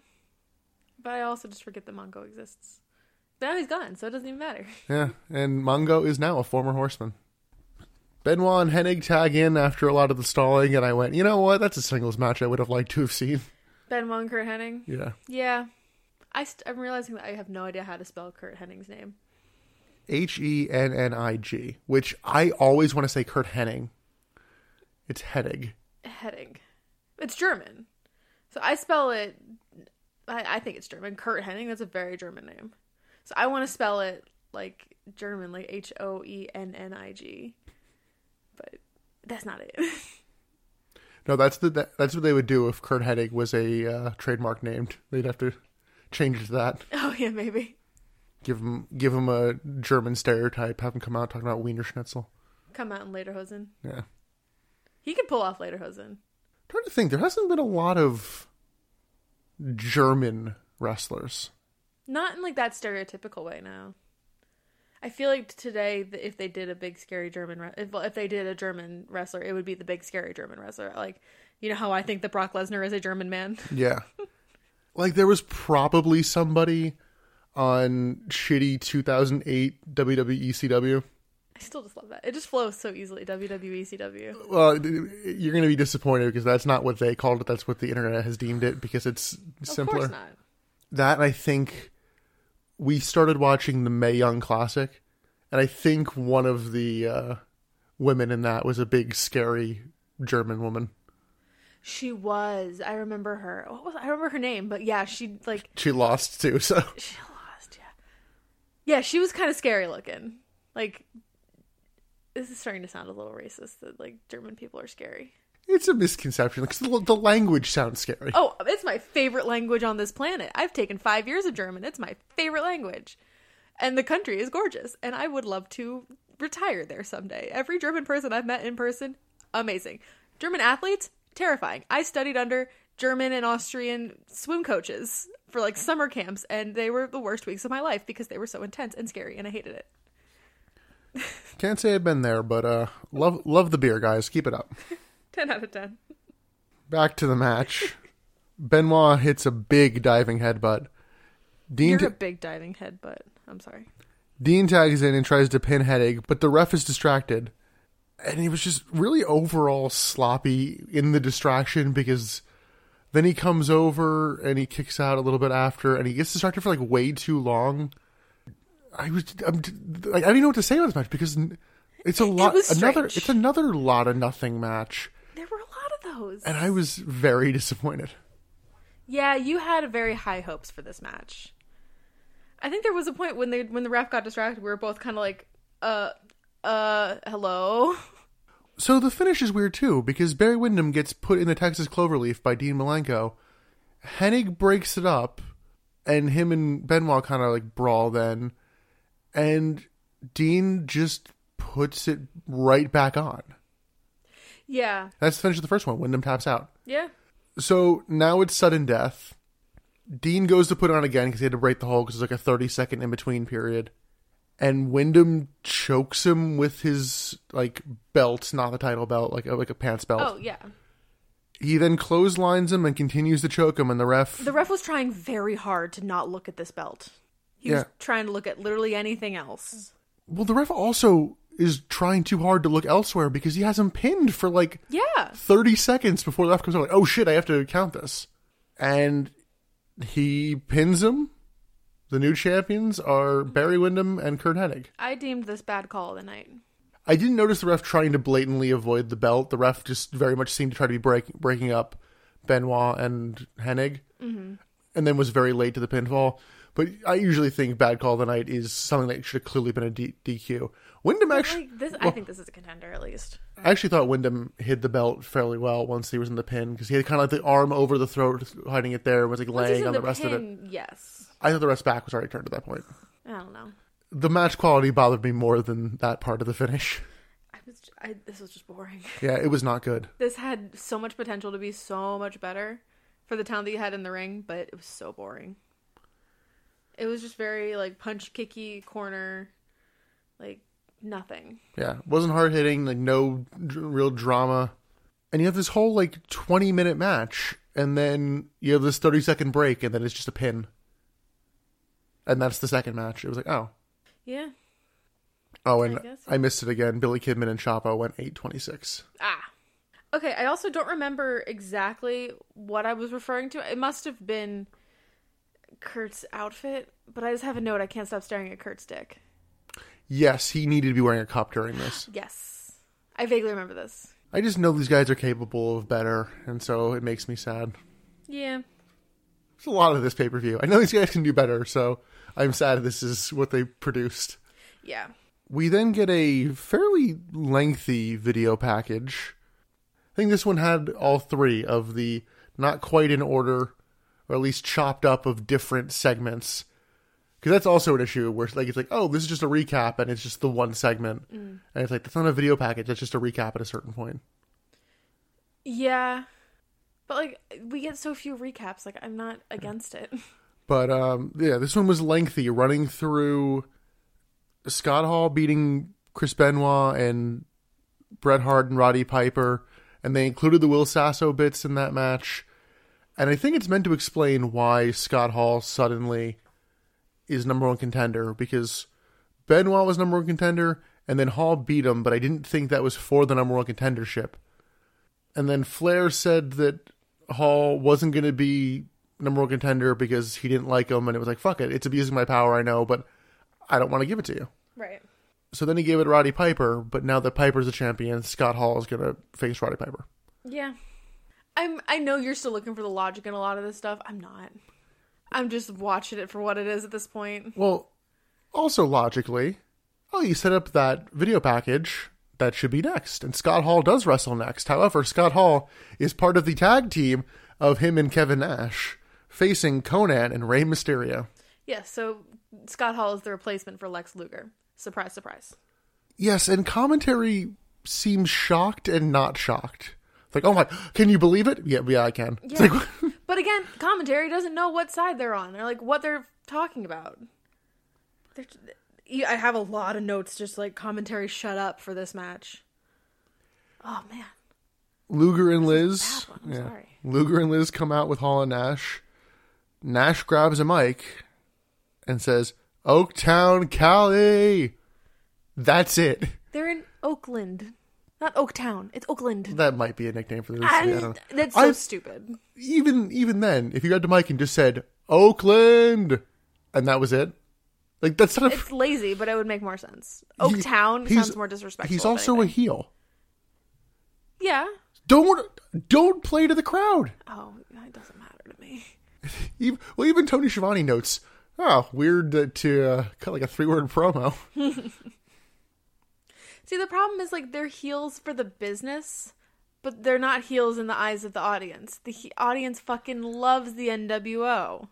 But I also just forget that Mongo exists. But now he's gone, so it doesn't even matter.
Yeah, and Mongo is now a former horseman. Benoit and Hennig tag in after a lot of the stalling, and I went, you know what? That's a singles match I would have liked to have seen.
Ben Wong, Kurt Henning.
Yeah.
Yeah. I st- I'm realizing that I have no idea how to spell Kurt Henning's name.
H E N N I G, which I always want to say Kurt Hennig. It's Hennig.
Henning. It's German. So I spell it. I, I think it's German. Kurt Henning, that's a very German name. So I want to spell it like German, like H O E N N I G. But that's not it.
No, that's the that, that's what they would do if Kurt Hennig was a uh, trademark named. They'd have to change that.
oh, yeah, maybe.
Give him give him a German stereotype. Have him come out talking about Wiener Schnitzel.
Come out in Lederhosen.
Yeah.
He could pull off Lederhosen.
trying to think, there hasn't been a lot of German wrestlers.
Not in like that stereotypical way now. I feel like today, th- if they did a big scary German, wre- if, well, if they did a German wrestler, it would be the big scary German wrestler. Like, you know how I think that Brock Lesnar is a German man.
Yeah. like there was probably somebody on shitty 2008 WWE CW.
I still just love that. It just flows so easily. E WWE CW.
Well, you're going to be disappointed because that's not what they called it. That's what the internet has deemed it because it's
Of
simpler.
course not.
That and I think we started watching the May Young Classic, and I think one of the uh, women in that was a big, scary German woman.
She was. I remember her. What was I remember her name? But yeah, she like
She lost too, so
she lost. Yeah, yeah. She was kind of scary looking. Like this is starting to sound a little racist that like German people are scary.
it's a misconception because the, the language sounds scary.
Oh, it's my favorite language on this planet. I've taken five years of German. It's my favorite language. And the country is gorgeous. And I would love to retire there someday. Every German person I've met in person, amazing. German athletes, terrifying. I studied under German and Austrian swim coaches for like summer camps, and they were the worst weeks of my life because they were so intense and scary, and I hated it.
Can't say I've been there, but uh, love love the beer, guys. Keep it up.
10 out of 10.
Back to the match. Benoit hits a big diving headbutt. Dean
You're a
t-
big diving head, but I'm sorry.
Dean tags in and tries to pin Headache, but the ref is distracted. And he was just really overall sloppy in the distraction because then he comes over and he kicks out a little bit after and he gets distracted for like way too long. I was I'm, like I don't even know what to say about this match because n- it's a lot
was
another
strange.
it's another lot of nothing match
There were a lot of those.
and I was very disappointed.
Yeah, you had very high hopes for this match. I think there was a point when they when the ref got distracted, we were both kind of like, uh, uh, hello.
So the finish is weird too because Barry Windham gets put in the Texas Cloverleaf by Dean Malenko. Hennig breaks it up, and him and Benoit kind of like brawl then, and Dean just puts it right back on.
Yeah.
That's the finish of the first one. Wyndham taps out.
Yeah.
So now it's sudden death. Dean goes to put it on again because he had to break the hole because there's like a 30 second in between period. And Wyndham chokes him with his like belt, not the title belt, like a, like a pants belt.
Oh, yeah.
He then clotheslines him and continues to choke him. And the ref,
The ref was trying very hard to not look at this belt. He was
Yeah.
trying to look at literally anything else.
well, the ref also is trying too hard to look elsewhere because he has him pinned for like
Yeah.
30 seconds before the ref comes out, like, oh shit, I have to count this. And he pins him. The new champions are Barry Windham and Kurt Hennig.
I deemed this bad call of the night.
I didn't notice the ref trying to blatantly avoid the belt. The ref just very much seemed to try to be break, breaking up Benoit and Hennig,
Mm-hmm.
and then was very late to the pinfall. But I usually think bad call of the night is something that should have clearly been a D- DQ. Wyndham actually,
Like this, I think this is a contender at least.
I actually thought Wyndham hid the belt fairly well once he was in the pin because he had kind of like the arm over the throat, hiding it there, was like laying on the, rest of it.
it. Yes.
I thought the rest back was already turned at that point.
I don't know.
The match quality bothered me more than that part of the finish.
I was. j I this was just boring.
Yeah, it was not good.
This had so much potential to be so much better for the town that you had in the ring, but it was so boring. It was just very like punch kicky corner, like nothing.
Yeah, wasn't hard hitting, like no d- real drama. And you have this whole like 20 minute match, and then you have this 30 second break, and then it's just a pin. And that's the second match. It was like, oh.
Yeah.
Oh, and
guess.
I, missed it again. Billy Kidman and Chapo went 826.
Ah. Okay, I also don't remember exactly what I was referring to. It must have been Kurt's outfit, but I just have a note. I can't stop staring at Kurt's dick.
Yes, he needed to be wearing a cup during this.
Yes. I vaguely remember this.
I just know these guys are capable of better, and so it makes me sad.
Yeah.
There's a lot of this pay per view. I know these guys can do better, so I'm sad this is what they produced.
Yeah.
We then get a fairly lengthy video package. I think this one had all three of the not quite in order, or at least chopped up of different segments. Because that's also an issue where like it's like, oh, this is just a recap, and it's just the one segment, and it's like that's not a video package. That's just a recap at a certain point.
Yeah. But like we get so few recaps, like I'm not against it.
But um, yeah, this one was lengthy, running through Scott Hall beating Chris Benoit and Bret Hart and Roddy Piper, and they included the Will Sasso bits in that match. And I think it's meant to explain why Scott Hall suddenly is number one contender because Benoit was number one contender, and then Hall beat him, but I didn't think that was for the number one contendership. And then Flair said that Hall wasn't going to be number one contender because he didn't like him, and it was like, fuck it, it's abusing my power, I know, but I don't want to give it to you.
Right.
So then he gave it to Roddy Piper, but now that Piper's the champion, Scott Hall is going to face Roddy Piper.
Yeah. I'm I know you're still looking for the logic in a lot of this stuff. I'm not. I'm just watching it for what it is at this point.
Well, also logically, oh, you set up that video package that should be next, and Scott Hall does wrestle next. However, Scott Hall is part of the tag team of him and Kevin Nash facing Conan and Rey Mysterio.
Yeah, so Scott Hall is the replacement for Lex Luger. Surprise, surprise.
Yes, and commentary seems shocked and not shocked. It's like, oh my, can you believe it? Yeah, yeah, I can. It's
Yeah.
like,
But again, commentary doesn't know what side they're on. They're like what they're talking about. They're, you- I have a lot of notes just like commentary shut up for this match. Oh man.
Luger and Liz.
bad one, I'm sorry.
Luger and Liz come out with Hall and Nash. Nash grabs a mic and says, Oaktown, Cali. That's it.
They're in Oakland. Not Oaktown. It's Oakland.
That might be a nickname for this. I don't know.
And that's so
I-
stupid.
even even then, if you grabbed a mic and just said Oakland, and that was it, like that's not a.
It's lazy, but it would make more sense.
he-
Oaktown
he's-
sounds more disrespectful.
He's
if
also a
anything.
heel.
yeah.
Don't don't play to the crowd.
Oh, it doesn't matter to me.
Even, well, even Tony Schiavone notes, oh, weird that to uh, cut like a three word promo.
See, the problem is like they're heels for the business, but they're not heels in the eyes of the audience. The he- audience fucking loves the NWO,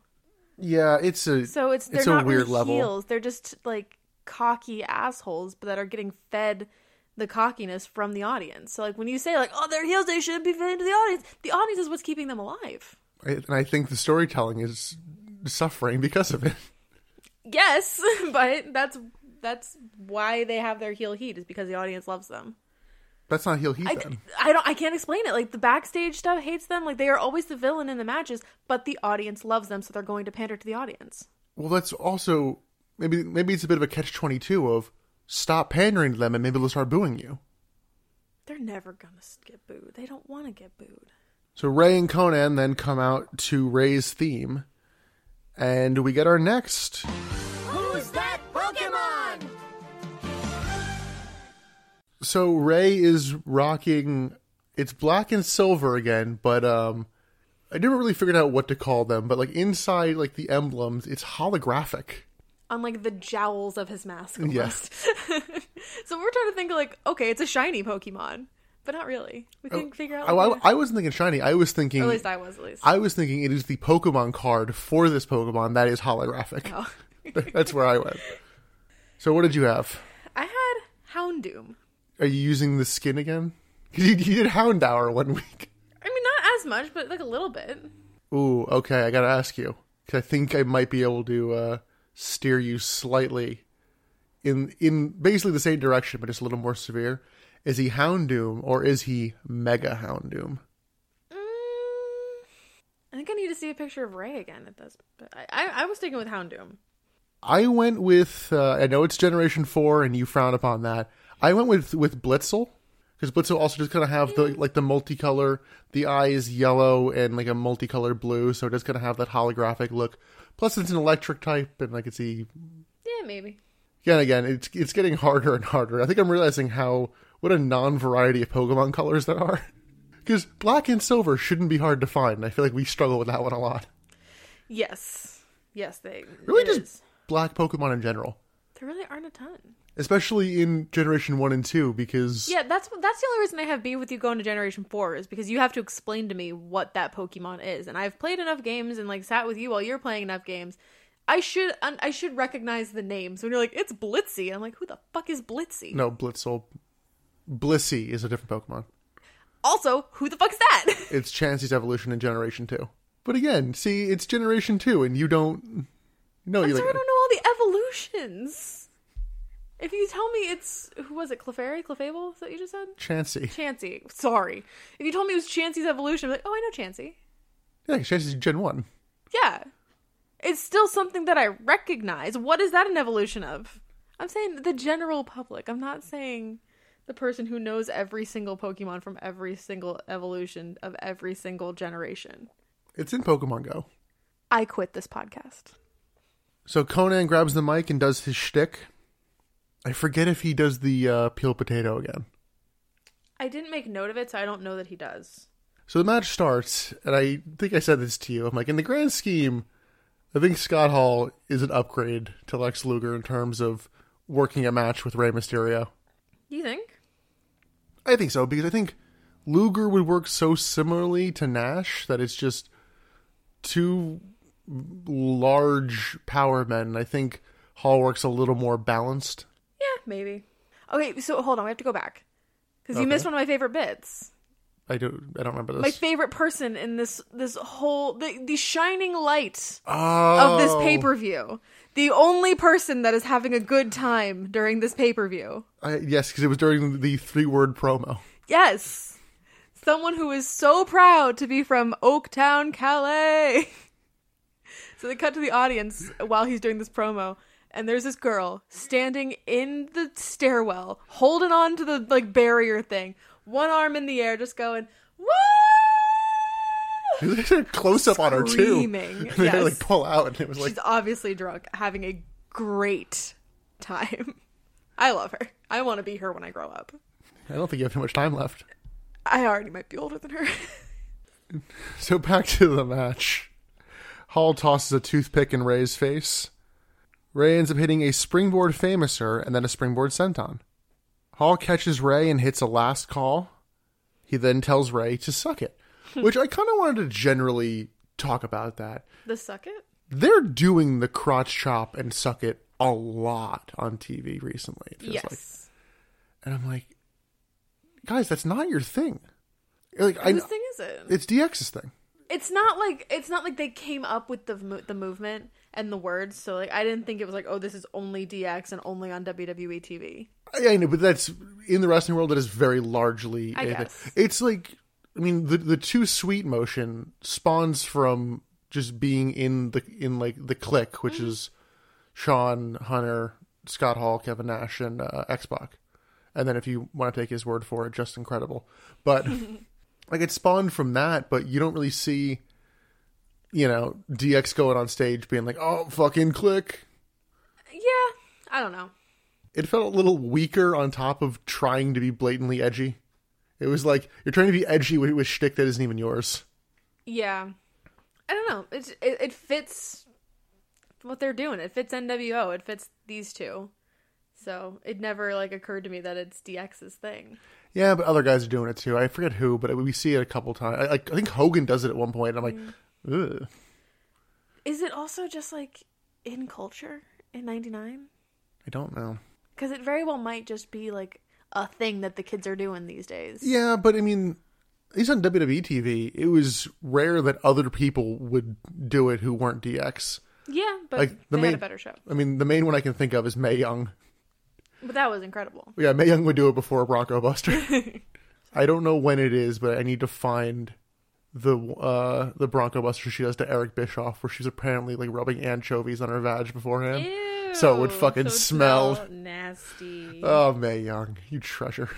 Yeah, it's a
so it's they're
It's a
not
weird
really
level.
heels. They're just like cocky assholes that are getting fed the cockiness from the audience. So like when you say like, "Oh, they're heels, they shouldn't be feeding to the audience," the audience is what's keeping them alive.
I- and I think the storytelling is suffering because of it.
Yes, but that's that's why they have their heel heat is because the audience loves them.
That's not heel heat
I,
then.
I don't I can't explain it. Like the backstage stuff hates them. Like they are always the villain in the matches, but the audience loves them, so they're going to pander to the audience.
Well, that's also maybe maybe it's a bit of a catch twenty two of stop pandering to them and maybe they'll start booing you.
They're never gonna s- get booed. They don't want to get booed.
So Ray and Conan then come out to Ray's theme, and we get our next.
Who's that Pokemon?
So Ray is rocking. It's black and silver again, but um, I never really figured out what to call them. But like inside, like the emblems, it's holographic.
Unlike the jowls of his mask.
Yes.
almost. so we're trying to think like, okay, it's a shiny Pokemon, but not really. We couldn't figure out.
Oh,
like,
I, I wasn't thinking shiny. I was thinking.
or at least I was. At least
I was thinking it is the Pokemon card for this Pokemon that is holographic.
Oh.
That's where I went. So what did you have?
I had Houndoom.
Are you using the skin again? 'Cause you, you did Hound Hour one week.
I mean, not as much, but like a little bit.
Ooh, okay. I gotta ask you because I think I might be able to uh, steer you slightly in in basically the same direction, but just a little more severe. Is he Houndoom or is he Mega Houndoom?
Mm, I think I need to see a picture of Ray again at this. But I, I, I was sticking with Houndoom.
I went with uh, I know it's Generation Four, and you frown upon that. I went with with Blitzel because Blitzel also just kind of have the like the multicolor, the eyes yellow and like a multicolor blue, so it does kind of have that holographic look. Plus, it's an electric type, and I can see
Yeah, maybe.
again, again, it's it's getting harder and harder. I think I'm realizing how what a non-variety of Pokemon colors there are. Because black and silver shouldn't be hard to find. and I feel like we struggle with that one a lot.
Yes, yes, they
Really,
it
just
is.
black Pokemon in general.
there really aren't a ton.
especially in generation one and two because
Yeah, that's that's the only reason I have beef with you going to Generation Four is because you have to explain to me what that Pokemon is, and I've played enough games and like sat with you while you're playing enough games. I should un- I should recognize the names when you're like it's Blitzy. I'm like, who the fuck is Blitzy?
no blitzel blissey is a different pokemon
Also, who the fuck's that?
it's chansey's evolution in generation two but again see it's generation two and you don't no you
so I
like
don't know all the evolutions. If you tell me it's who was it, Clefairy, Clefable, is that what you just said?
chansey
Chansey. Sorry. If you told me it was Chansey's evolution, I'd be like, oh, I know Chansey.
yeah chansey's gen one
Yeah. It's still something that I recognize. What is that an evolution of? I'm saying the general public. I'm not saying the person who knows every single Pokemon from every single evolution of every single generation.
it's in pokemon go
I quit this podcast.
so conan grabs the mic and does his shtick. i forget if he does the uh, peel potato again
I didn't make note of it, so I don't know that he does.
So the match starts, and I think I said this to you. I'm like, in the grand scheme, I think Scott Hall is an upgrade to Lex Luger in terms of working a match with Rey Mysterio.
You think?
I think so because I think Luger would work so similarly to Nash that it's just two large power men. And I think Hall works a little more balanced.
Yeah, maybe. Okay, so hold on, we have to go back because you missed one of my favorite bits.
I don't, I don't remember this.
My favorite person in this this whole the, the shining light
oh,
of this pay per view. The only person that is having a good time during this pay per view.
I, yes, because it was during the three-word promo.
Yes, someone who is so proud to be from Oaktown, Calais. so they cut to the audience while he's doing this promo. And there's this girl standing in the stairwell, holding on to the like barrier thing, one arm in the air, just going, "Woo!"
close up on her too.
Screaming,
They had to, like
yes.
pull out, and it was like
She's obviously drunk, having a great time. I love her. I want to be her when I grow up.
I don't think you have too much time left.
I already might be older than her.
So back to the match. Hall tosses a toothpick in Ray's face. Ray ends up hitting a springboard famouser and then a springboard senton. Hall catches Ray and hits a last call. He then tells Ray to suck it, which I kind of wanted to generally talk about that.
the suck it?
They're doing the crotch chop and suck it a lot on TV recently. It feels like.
Yes.
And I'm like, guys, that's not your thing. Like, I,
Whose thing is it?
it's DX's thing.
It's not like it's not like they came up with the mo- the movement and the words. So like I didn't think it was like oh this is only DX and only on E WWE TV.
Yeah, I know, but that's in the wrestling world. That is very largely.
I
a thing.
guess.
It's like, I mean, the the too sweet motion spawns from just being in the in like the click,
Mm-hmm.
which is Sean Hunter, Scott Hall, Kevin Nash, and uh, X Pac. And then if you want to take his word for it, just incredible. But like it spawned from that, but you don't really see, you know, DX going on stage being like, oh fucking click.
Yeah, I don't know.
it felt a little weaker on top of trying to be blatantly edgy. It was like you're trying to be edgy with, with shtick that isn't even yours.
Yeah, I don't know. It's it, it fits what they're doing. It fits NWO. It fits these two. So it never like occurred to me that it's DX's thing.
Yeah, but other guys are doing it too. I forget who, but we see it a couple times. I, I, I think Hogan does it at one point. And I'm like, Ugh.
Is it also just like in culture in '99?
I don't know.
Because it very well might just be like a thing that the kids are doing these days.
Yeah, but I mean, at least on WWE TV, it was rare that other people would do it who weren't DX.
Yeah, but
Like, the
they
main-
had a better show.
I mean, the main one I can think of is Mae Young.
But that was incredible.
Yeah, Mae Young would do it before Bronco Buster. I don't know when it is, but I need to find the uh the Bronco Buster she does to Eric Bischoff, where she's apparently like rubbing anchovies on her vag beforehand, so it would fucking smell.
nasty.
Oh, Mae Young, you treasure.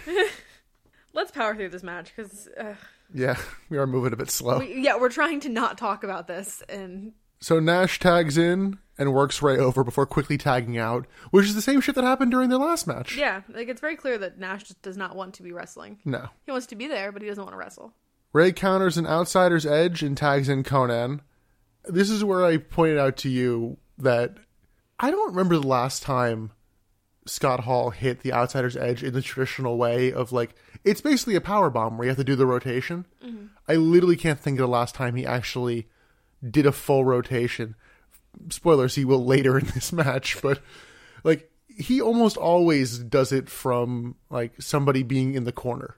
Let's power through this match because uh,
yeah, we are moving a bit slow.
we- yeah, we're trying to not talk about this and
So Nash tags in and works Ray over before quickly tagging out, which is the same shit that happened during their last match.
yeah, like it's very clear that Nash just does not want to be wrestling.
No.
He wants to be there, but he doesn't want to wrestle.
Ray counters an outsider's edge and tags in Conan. This is where I pointed out to you that I don't remember the last time Scott Hall hit the outsider's edge in the traditional way of like it's basically a power bomb where you have to do the rotation. I literally can't think of the last time he actually did a full rotation. Spoilers, he will later in this match, but like he almost always does it from like somebody being in the corner.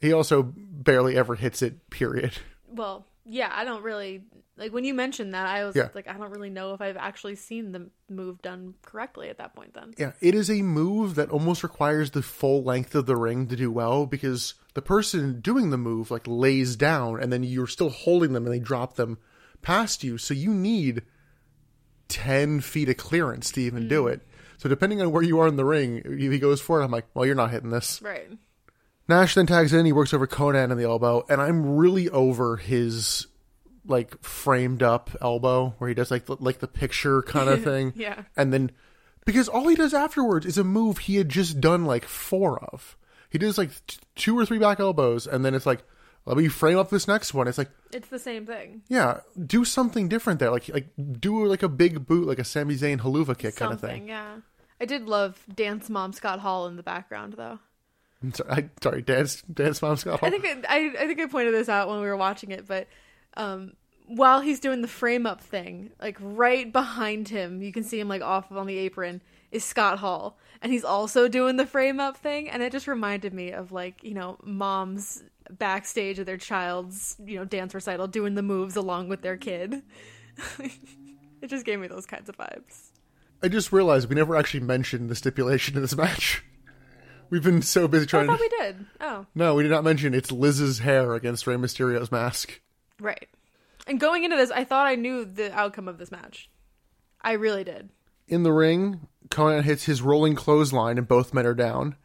He also barely ever hits it, period.
Well, yeah, I don't really like when you mentioned that. I was
Yeah.
like, I don't really know if I've actually seen the move done correctly at that point. Then
Yeah, it is a move that almost requires the full length of the ring to do well because the person doing the move like lays down and then you're still holding them and they drop them past you. So you need 10 feet of clearance to even do it. So depending on where you are in the ring, if he goes for it, I'm like, well, you're not hitting this.
right,
Nash then tags in. He works over Conan in the elbow, and I'm really over his like framed up elbow where he does like the, like the picture kind of thing.
Yeah.
and then because all he does afterwards is a move he had just done like four of. He does like t- two or three back elbows, and then it's like, let me frame up this next one. It's like,
it's the same thing.
yeah, do something different there. Like like do like a big boot, like a Sami Zayn haluva kick kind of
Something,
thing.
yeah. I did love Dance Mom Scott Hall in the background though.
I'm sorry, I, sorry, dance dance mom Scott.
I think I, I, I think I pointed this out when we were watching it, but um, while he's doing the frame up thing, like right behind him, you can see him like off on the apron is Scott Hall, and he's also doing the frame up thing, and it just reminded me of like you know moms backstage at their child's you know dance recital doing the moves along with their kid. it just gave me those kinds of vibes.
I just realized we never actually mentioned the stipulation in this match. We've been so busy
I
trying
thought we
to.
did. Oh,
No, we did not mention it's Liz's hair against Rey Mysterio's mask.
right. And going into this, I thought I knew the outcome of this match. I really did.
In the ring, Conan hits his rolling clothesline and both men are down.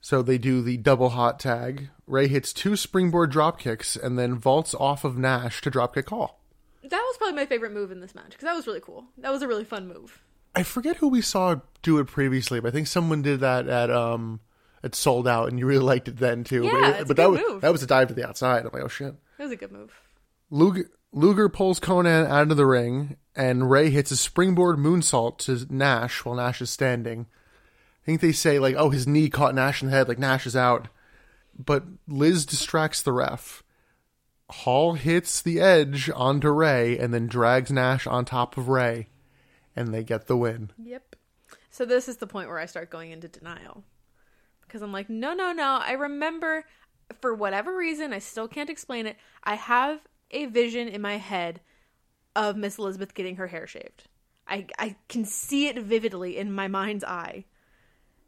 So they do the double hot tag. Ray hits two springboard drop kicks and then vaults off of Nash to dropkick Hall.
That was probably my favorite move in this match because that was really cool. That was a really fun move.
I forget who we saw do it previously, but I think someone did that at um at Sold Out, and you really liked it then too.
Yeah,
but
it's a
but
good
that was
move.
that was a dive to the outside. I'm like, oh shit.
It was a good move.
Luger, Luger pulls Conan out of the ring, and Ray hits a springboard moonsault to Nash while Nash is standing. I think they say, like, oh, his knee caught Nash in the head, like, Nash is out. But Liz distracts the ref. Hall hits the edge onto Ray and then drags Nash on top of Ray, and they get the win.
Yep. So this is the point where I start going into denial because I'm like, no, no, no. I remember, for whatever reason, I still can't explain it. I have a vision in my head of Miss Elizabeth getting her hair shaved. I I can see it vividly in my mind's eye.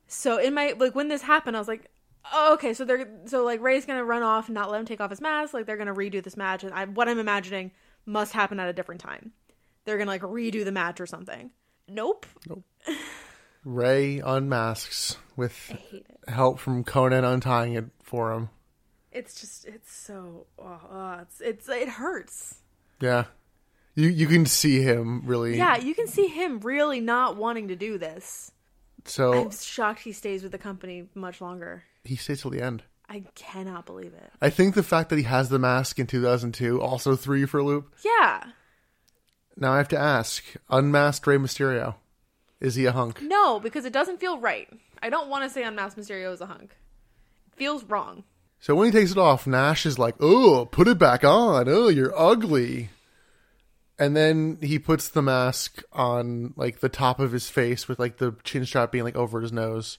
So in my like when this happened, I was like, oh, okay, so they're so like Ray's gonna run off and not let him take off his mask. Like they're gonna redo this match, and I, what I'm imagining must happen at a different time. They're gonna like redo the match or something. Nope.
Ray unmasks with
Hate it.
help from Conan untying it for him.
It's just it's so oh, oh, it's it's it hurts.
Yeah. You you can see him really.
Yeah, you can see him really not wanting to do this.
So
I'm shocked he stays with the company much longer.
he stays till the end.
I cannot believe it.
I think the fact that he has the mask in 2002 also threw you for a loop.
Yeah.
Now I have to ask: unmasked Rey Mysterio, is he a hunk?
No, because it doesn't feel right. I don't want to say Unmasked Mysterio is a hunk. It feels wrong.
So when he takes it off, Nash is like, "Oh, put it back on. Oh, you're ugly." And then he puts the mask on like the top of his face with like the chin strap being like over his nose.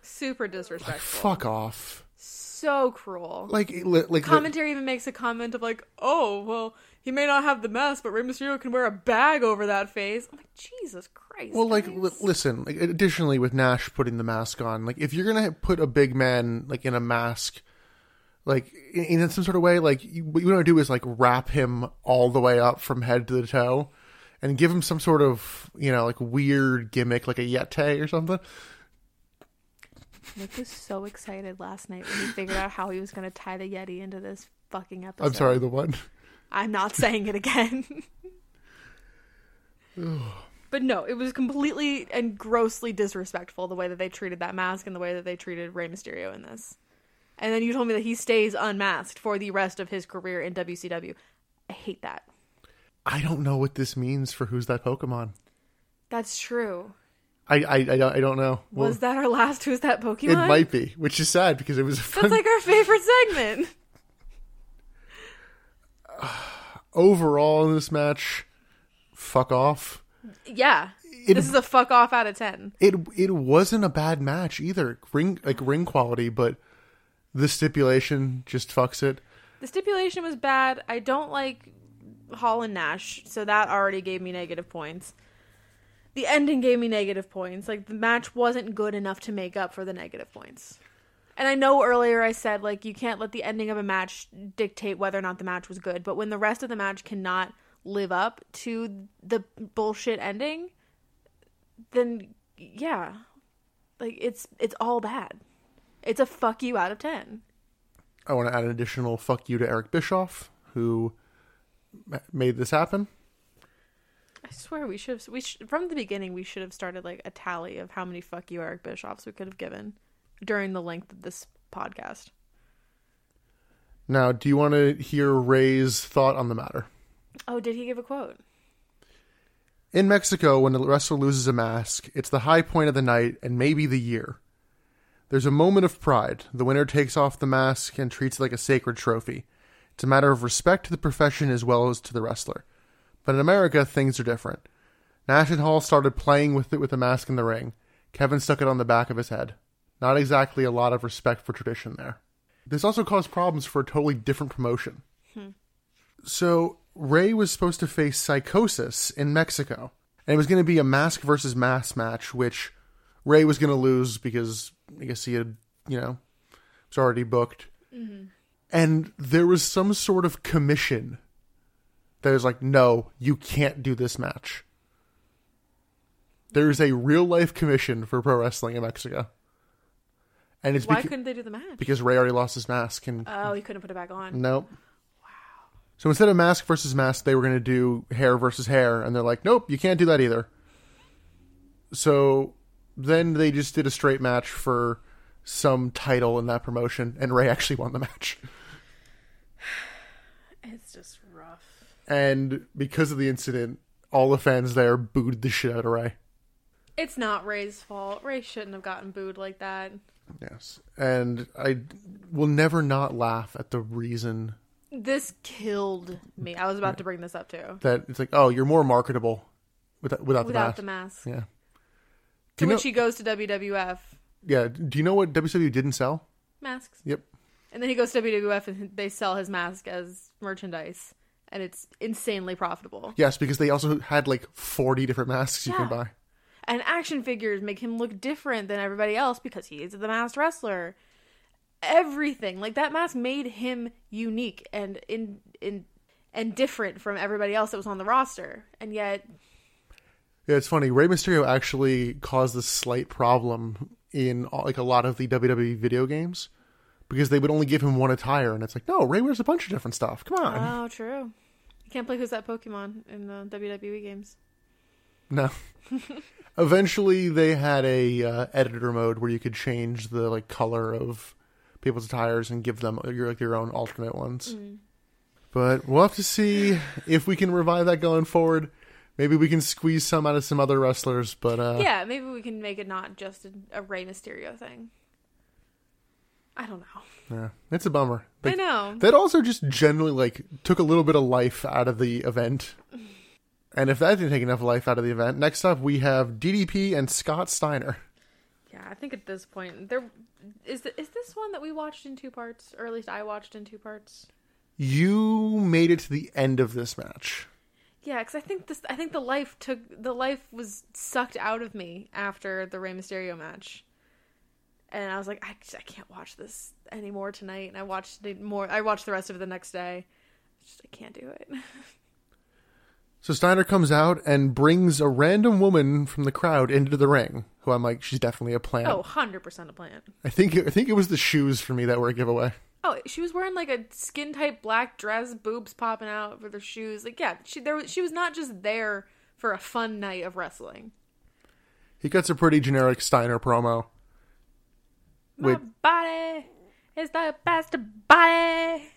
Super disrespectful.
Fuck off.
So cruel.
Like it- li- like the-
Commentary even makes a comment of like, "Oh, well, he may not have the mask, but Rey Mysterio can wear a bag over that face." I'm like, Jesus Christ.
Well, like,
guys.
li- listen. Like, additionally, with Nash putting the mask on, like, if you're gonna put a big man like in a mask, like in, in some sort of way, like you, what you want to do is like wrap him all the way up from head to the toe, and give him some sort of you know like weird gimmick, like a yeti or something.
Nick was so excited last night when he figured out how he was going to tie the Yeti into this fucking episode.
I'm sorry, the one.
I'm not saying it again. but no, it was completely and grossly disrespectful the way that they treated that mask and the way that they treated Rey Mysterio in this. And then you told me that he stays unmasked for the rest of his career in WCW. I hate that.
I don't know what this means for who's that Pokemon.
That's true.
I I, I, don't, I don't know. Well,
Was that our last Who's That Pokemon?
it might be, which is sad because it was a fun.
That's like our favorite segment.
Overall, in this match, fuck off.
Yeah.
It-
this is a fuck off out of 10.
it it wasn't a bad match either ring like ring quality but the stipulation just fucks it
The stipulation was bad. I don't like Hall and Nash, so that already gave me negative points. The ending gave me negative points. Like the match wasn't good enough to make up for the negative points. And I know earlier I said like you can't let the ending of a match dictate whether or not the match was good, but when the rest of the match cannot live up to the bullshit ending, then yeah. Like it's it's all bad. It's a fuck you out of 10.
i want to add an additional fuck you to eric bischoff who ma- made this happen
I swear we should have we sh- from the beginning we should have started like a tally of how many fuck you Eric Bischoffs we could have given during the length of this podcast.
now do you want to hear ray's thought on the matter
Oh, did he give a quote?
In Mexico, when a wrestler loses a mask, it's the high point of the night and maybe the year. There's a moment of pride. The winner takes off the mask and treats it like a sacred trophy. It's a matter of respect to the profession as well as to the wrestler. But in America, things are different. Nash and Hall started playing with it with the mask in the ring. Kevin stuck it on the back of his head. Not exactly a lot of respect for tradition there. This also caused problems for a totally different promotion. So Ray was supposed to face Psychosis in Mexico, and it was going to be a mask versus mask match, which Ray was going to lose because I guess he had, you know, was already booked. And there was some sort of commission that was like, "No, you can't do this match." There is a real life commission for pro wrestling in Mexico, and it's
Why
beca-
couldn't they do the match?
because Ray already lost his mask and
oh, he couldn't put it back on.
Nope. Wow. So instead of mask versus mask, they were going to do hair versus hair, and they're like, nope, you can't do that either. So then they just did a straight match for some title in that promotion, and Ray actually won the match.
It's just rough.
And because of the incident, all the fans there booed the shit out of Ray.
It's not Ray's fault. Ray shouldn't have gotten booed like that.
Yes. And I will never not laugh at the reason
This killed me. I was about to bring this up too.
that it's like, oh, you're more marketable without, without,
Without the
the mask.
mask.
Yeah.
To
You know-
which he goes to WWF
yeah. Do you know what WCW didn't sell?
Masks.
Yep.
And then he goes to WWF and they sell his mask as merchandise. And it's insanely profitable.
Yes, because they also had like forty different masks you
Yeah.
can buy.
And action figures make him look different than everybody else because he is the masked wrestler. Everything. Like that mask made him unique and in in and different from everybody else that was on the roster. And yet
Yeah, it's funny. Rey Mysterio actually caused this slight problem in all- like a lot of the WWE video games because they would only give him one attire, and it's like, no, Ray wears a bunch of different stuff. Come on,
Oh true. You can't play who's that Pokemon in the WWE games.
no. Eventually, they had a uh, editor mode where you could change the like color of people's attires and give them your like your own alternate ones.
Mm.
But we'll have to see if we can revive that going forward. Maybe we can squeeze some out of some other wrestlers, but uh,
Yeah, maybe we can make it not just a, a Rey Mysterio thing. I don't know.
Yeah, it's a bummer.
I know.
That also just generally like took a little bit of life out of the event. And if that didn't take enough life out of the event, next up we have DDP and Scott Steiner.
Yeah, I think at this point there is th- is this one that we watched in two parts, or at least I watched in two parts.
You made it to the end of this match.
Yeah, because I think this I think the life took the life was sucked out of me after the Rey Mysterio match, and I was like, I, just- I can't watch this anymore tonight. And I watched it more. I watched the rest of it the next day. Just I can't do it.
So Steiner comes out and brings a random woman from the crowd into the ring, who I'm like, she's definitely a plant.
Oh, 100 percent a plant.
I think I think it was the shoes for me that were a giveaway.
Oh, she was wearing like a skin tight black dress, boobs popping out with her shoes. Like, yeah, she there was- she was not just there for a fun night of wrestling.
He cuts a pretty generic Steiner promo. Wait,
Um, My body is the best body.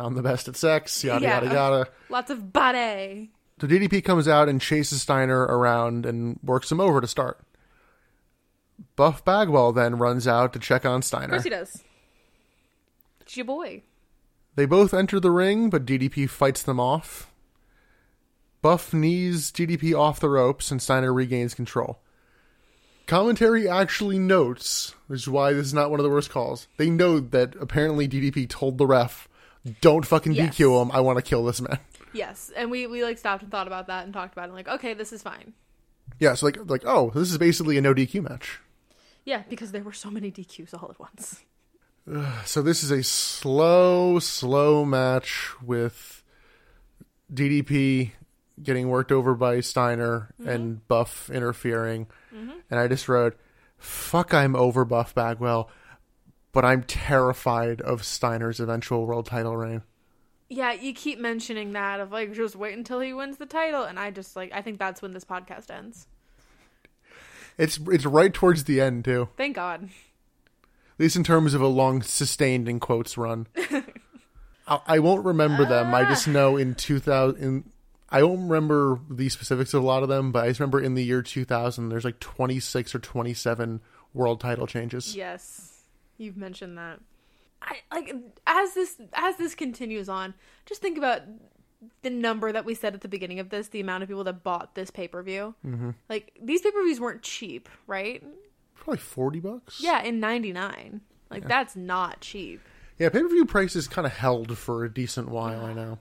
I'm the best at sex, yada
Yeah.
yada yada.
Lots of body.
So DDP comes out and chases Steiner around and works him over to start. Buff Bagwell then runs out to check on
Of
Steiner.
course he does. It's your boy.
They both enter the ring, but DDP fights them off. Buff knees DDP off the ropes and Steiner regains control. Commentary actually notes, which is why this is not one of the worst calls. They know that apparently DDP told the ref, "Don't fucking
Yes.
DQ him. I want to kill this man."
Yes, and we we like stopped and thought about that and talked about it. And like, okay, this is fine.
Yeah, so like, like, oh, this is basically a no DQ match.
Yeah, because there were so many DQs all at once.
So this is a slow, slow match with DDP getting worked over by Steiner and Buff interfering. And I just wrote, "Fuck, I'm over Buff Bagwell, but I'm terrified of Steiner's eventual world title reign."
Yeah, you keep mentioning that of like just wait until he wins the title, and I just like I think that's when this podcast ends.
It's it's right towards the end too,
Thank God.
at least in terms of a long, sustained in quotes run. I, I won't remember them. I just know in two thousand. In, I don't remember the specifics of a lot of them, but I just remember in the year 2000, there's like 26 or 27 world title changes.
Yes, you've mentioned that. I like as this as this continues on. Just think about the number that we said at the beginning of this. The amount of people that bought this pay per view. Mm-hmm. Like these pay per views weren't cheap, right?
Probably 40 bucks.
Yeah, in '99. Like that's not cheap.
Yeah, pay per view prices kind of held for a decent while, I know.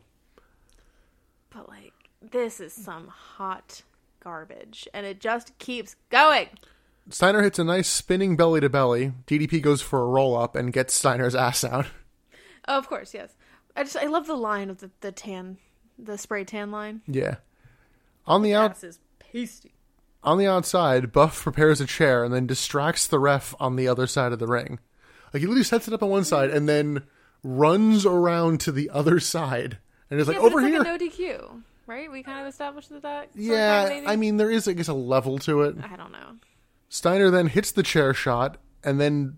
But like this is some hot garbage, and it just keeps going.
Steiner hits a nice spinning belly to belly. DDP goes for a roll up and gets Steiner's ass out.
Oh, of course, yes. I just I love the line of the, the tan, the spray tan line.
Yeah. On the out,
This is pasty.
on the outside, Buff prepares a chair and then distracts the ref on the other side of the ring. Like he literally sets it up on one side and then runs around to the other side and is like
Yeah,
over
but
here.
it's like a no DQ, right? We kind of established that. that sort of
yeah,
thing, maybe?
I mean there is I guess a level to it.
I don't know.
Steiner then hits the chair shot and then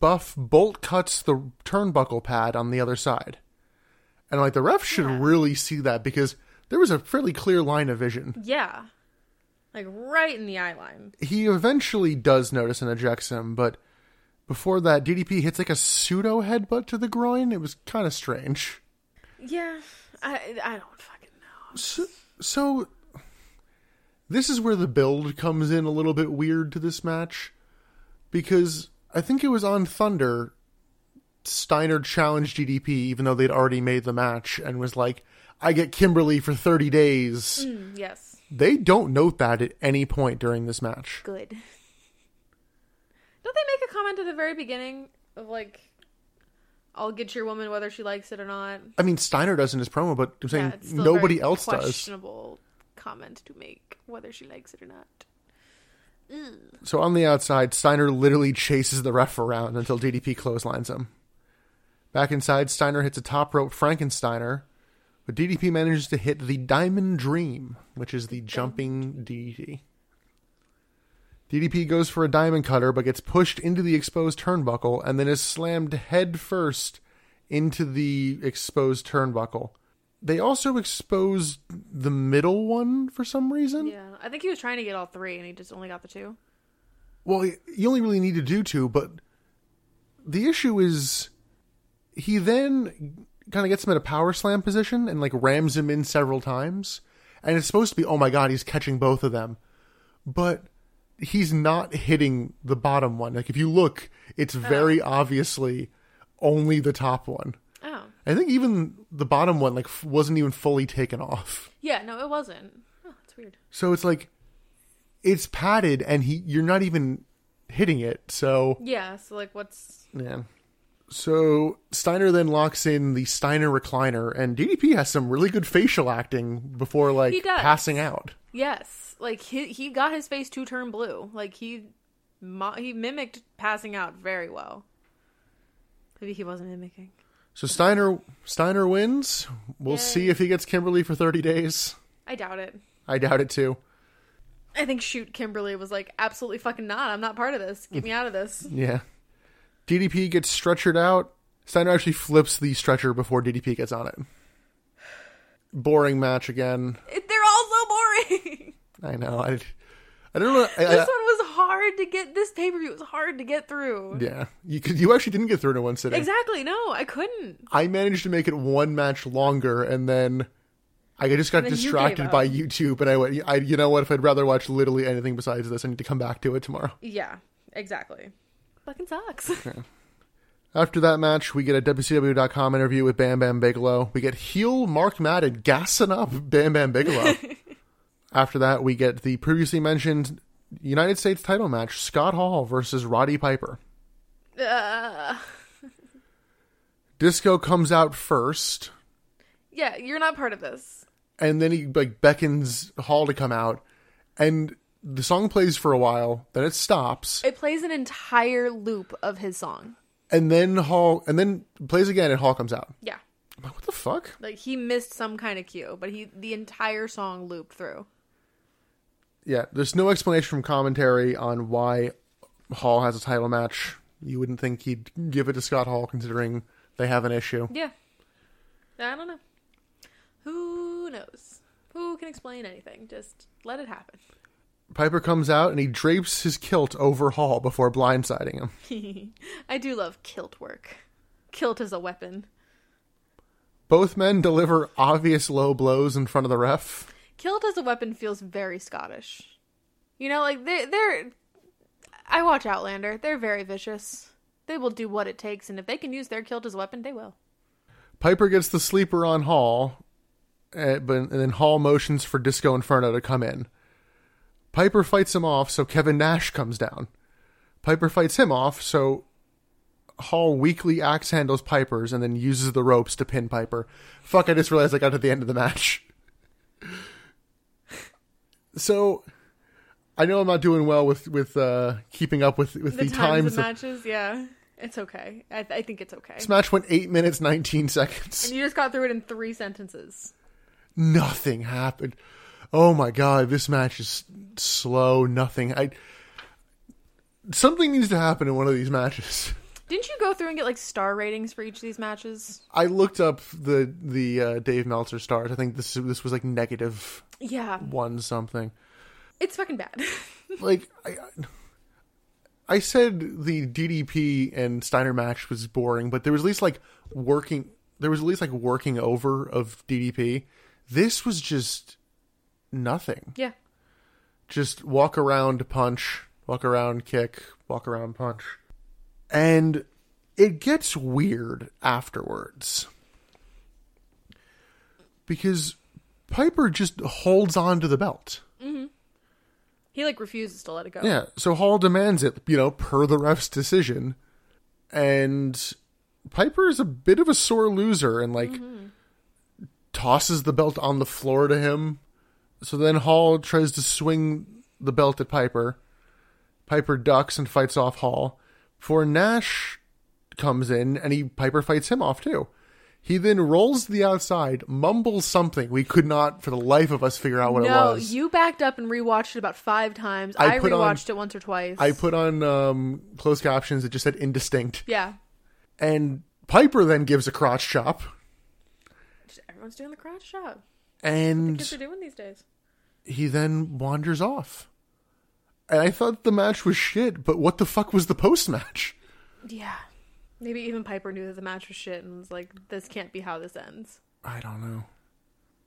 Buff bolt cuts the turnbuckle pad on the other side. And like the ref should really see that because there was a fairly clear line of vision.
Yeah, like right in the eye line.
he eventually does notice and ejects him, but before that, DDP hits like a pseudo headbutt to the groin. It was kind of strange.
Yeah, I I don't fucking know.
So, so, this is where the build comes in a little bit weird to this match. because I think it was on Thunder. Steiner challenged GDP, even though they'd already made the match, and was like, "I get Kimberly for thirty days."
Mm. Yes.
They don't note that at any point during this match.
Good. Don't they make a comment at the very beginning of like, "I'll get your woman whether she likes it or not"?
I mean, Steiner does in his promo, but I'm saying
Yeah, it's still a
nobody
very
else does.
questionable comment to make whether she likes it or not.
So on the outside, Steiner literally chases the ref around until DDP clotheslines him. Back inside, Steiner hits a top rope Frankensteiner, but DDP manages to hit the Diamond Dream, which is the jumping DDT. DDP goes for a diamond cutter but gets pushed into the exposed turnbuckle and then is slammed head first into the exposed turnbuckle. They also exposed the middle one for some reason.
Yeah, I think he was trying to get all three, and he just only got the two.
Well, you only really need to do two, but the issue is he then kind of gets him in a power slam position and like rams him in several times. And it's supposed to be, oh my God, he's catching both of them. But he's not hitting the bottom one. Like if you look, it's very obviously only the top one.
Oh,
I think even the bottom one like f- wasn't even fully taken off.
yeah, no, it wasn't. Oh, that's weird.
So it's like it's padded and he you're not even hitting it. So
Yeah, so like, what's
Yeah. So Steiner then locks in the Steiner recliner, and DDP has some really good facial acting before like
He does.
passing out.
yes? Like he he got his face to turn blue. Like he mo- he mimicked passing out very well. Maybe he wasn't mimicking.
So Steiner Steiner wins. We'll see if he gets Kimberly for thirty days.
I doubt it.
I doubt it too.
I think shoot Kimberly was like absolutely fucking not. I'm not part of this. Get me out of this.
Yeah. DDP gets stretchered out. Steiner actually flips the stretcher before DDP gets on it. Boring match again.
It- They're all so boring.
I know. I, I don't know. I, I-
this one was hard to get. This pay per view was hard to get through.
yeah, you could, you actually didn't get through it in one sitting.
Exactly. No, I couldn't.
I managed to make it one match longer, and then I just got
then you gave
distracted by YouTube, and I went, I, you know what? If I'd rather watch literally anything besides this, I need to come back to it tomorrow.
Yeah, exactly. Fucking sucks.
After that match, we get a WCW.com interview with Bam Bam Bigelow. We get heel Mark Madden gassing up Bam Bam Bigelow. After that, we get the previously mentioned United States title match Scott Hall versus Roddy Piper.
Uh,
Disco comes out first.
yeah, you're not part of this.
and then he like beckons Hall to come out, and the song plays for a while, then it stops,
It plays an entire loop of his song.
and then Hall and then plays again, and Hall comes out.
Yeah,
I'm like, what the fuck?
like he missed some kind of cue, but he the entire song looped through.
Yeah, there's no explanation from commentary on why Hall has a title match. You wouldn't think he'd give it to Scott Hall, considering they have an issue.
Yeah, I don't know. Who knows? Who can explain anything? Just let it happen.
Piper comes out and he drapes his kilt over Hall before blindsiding him.
I do love kilt work. Kilt is a weapon.
Both men deliver obvious low blows in front of the ref.
Kilt as a weapon feels very Scottish. You know, like they they're I watch Outlander. They're very vicious. They will do what it takes, and if they can use their kilt as a weapon, they will.
Piper gets the sleeper on Hall, uh, but and then Hall motions for Disco Inferno to come in. Piper fights him off, so Kevin Nash comes down. Piper fights him off, so Hall weakly axe handles Piper's and then uses the ropes to pin Piper. Fuck! I just realized I got to the end of the match. so, I know I'm not doing well with with uh, keeping up with with the,
The, times,
times.
of matches, yeah. It's okay. I, I think it's okay.
this match went eight minutes nineteen seconds.
You just got through it in three sentences.
nothing happened. Oh my god, this match is slow. Nothing. I something needs to happen in one of these matches.
Didn't you go through and get like star ratings for each of these matches?
I looked up the the uh, Dave Meltzer stars. I think this this was like negative
Yeah.
one something.
It's fucking bad.
Like I. I I said the DDP and Steiner match was boring, but there was at least like working. There was at least like working over of DDP. This was just nothing.
yeah.
just walk around punch walk around, kick, walk around, punch. And it gets weird afterwards. Because Piper just holds on to the belt.
He like refuses to let it go.
Yeah. So Hall demands it, you know, per the ref's decision. And Piper is a bit of a sore loser and like tosses the belt on the floor to him. So then Hall tries to swing the belt at Piper. Piper ducks and fights off Hall. Before Nash comes in and he Piper fights him off too. He then rolls to the outside, mumbles something. We could not, for the life of us, figure out what it
No,
was.
you backed up and rewatched it about five times.
I
I,
put on-
rewatched it once or twice.
I put on um, closed captions that just said indistinct.
yeah.
And Piper then gives a crotch chop.
Just, everyone's doing the crotch shot. Kids are
And
doing these days.
he then wanders off. And I thought the match was shit, but what the fuck was the post match?
Yeah. Maybe even Piper knew that the match was shit and was like, this can't be how this ends.
I don't know.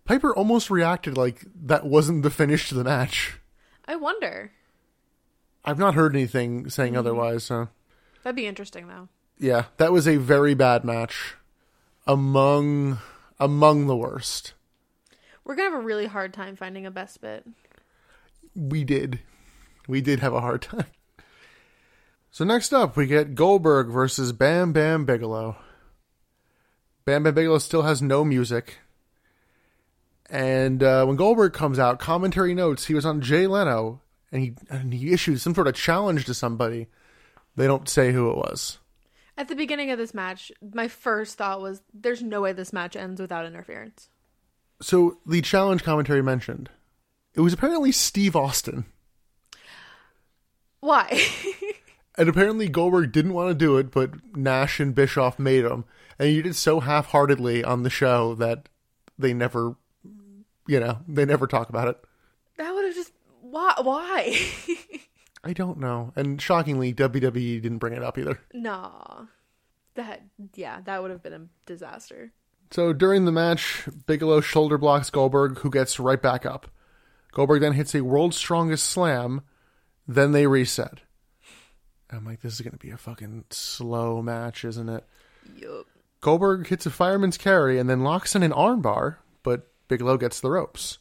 Piper almost reacted like that wasn't the finish to the match.
I wonder.
I've not heard anything saying otherwise, so
That'd be interesting though.
yeah, that was a very bad match. Among among the worst.
We're gonna have a really hard time finding a best bit.
we did. We did have a hard time. So next up, we get Goldberg versus Bam Bam Bigelow. Bam Bam Bigelow still has no music. And uh, when Goldberg comes out, commentary notes he was on Jay Leno and he, and he issued some sort of challenge to somebody. They don't say who it was.
At the beginning of this match, my first thought was, there's no way this match ends without interference.
So the challenge commentary mentioned it was apparently Steve Austin.
Why?
And apparently Goldberg didn't want to do it, but Nash and Bischoff made him. And he did so half heartedly on the show that they never, you know, they never talk about it.
that would have just why why?
I don't know. And shockingly, WWE didn't bring it up either.
no. That yeah, that would have been a disaster.
So during the match, Bigelow shoulder blocks Goldberg, who gets right back up. Goldberg then hits a world's strongest slam. Then they reset. I'm like, this is going to be a fucking slow match, isn't it?
Yup.
Goldberg hits a fireman's carry and then locks in an armbar, but Bigelow gets the ropes.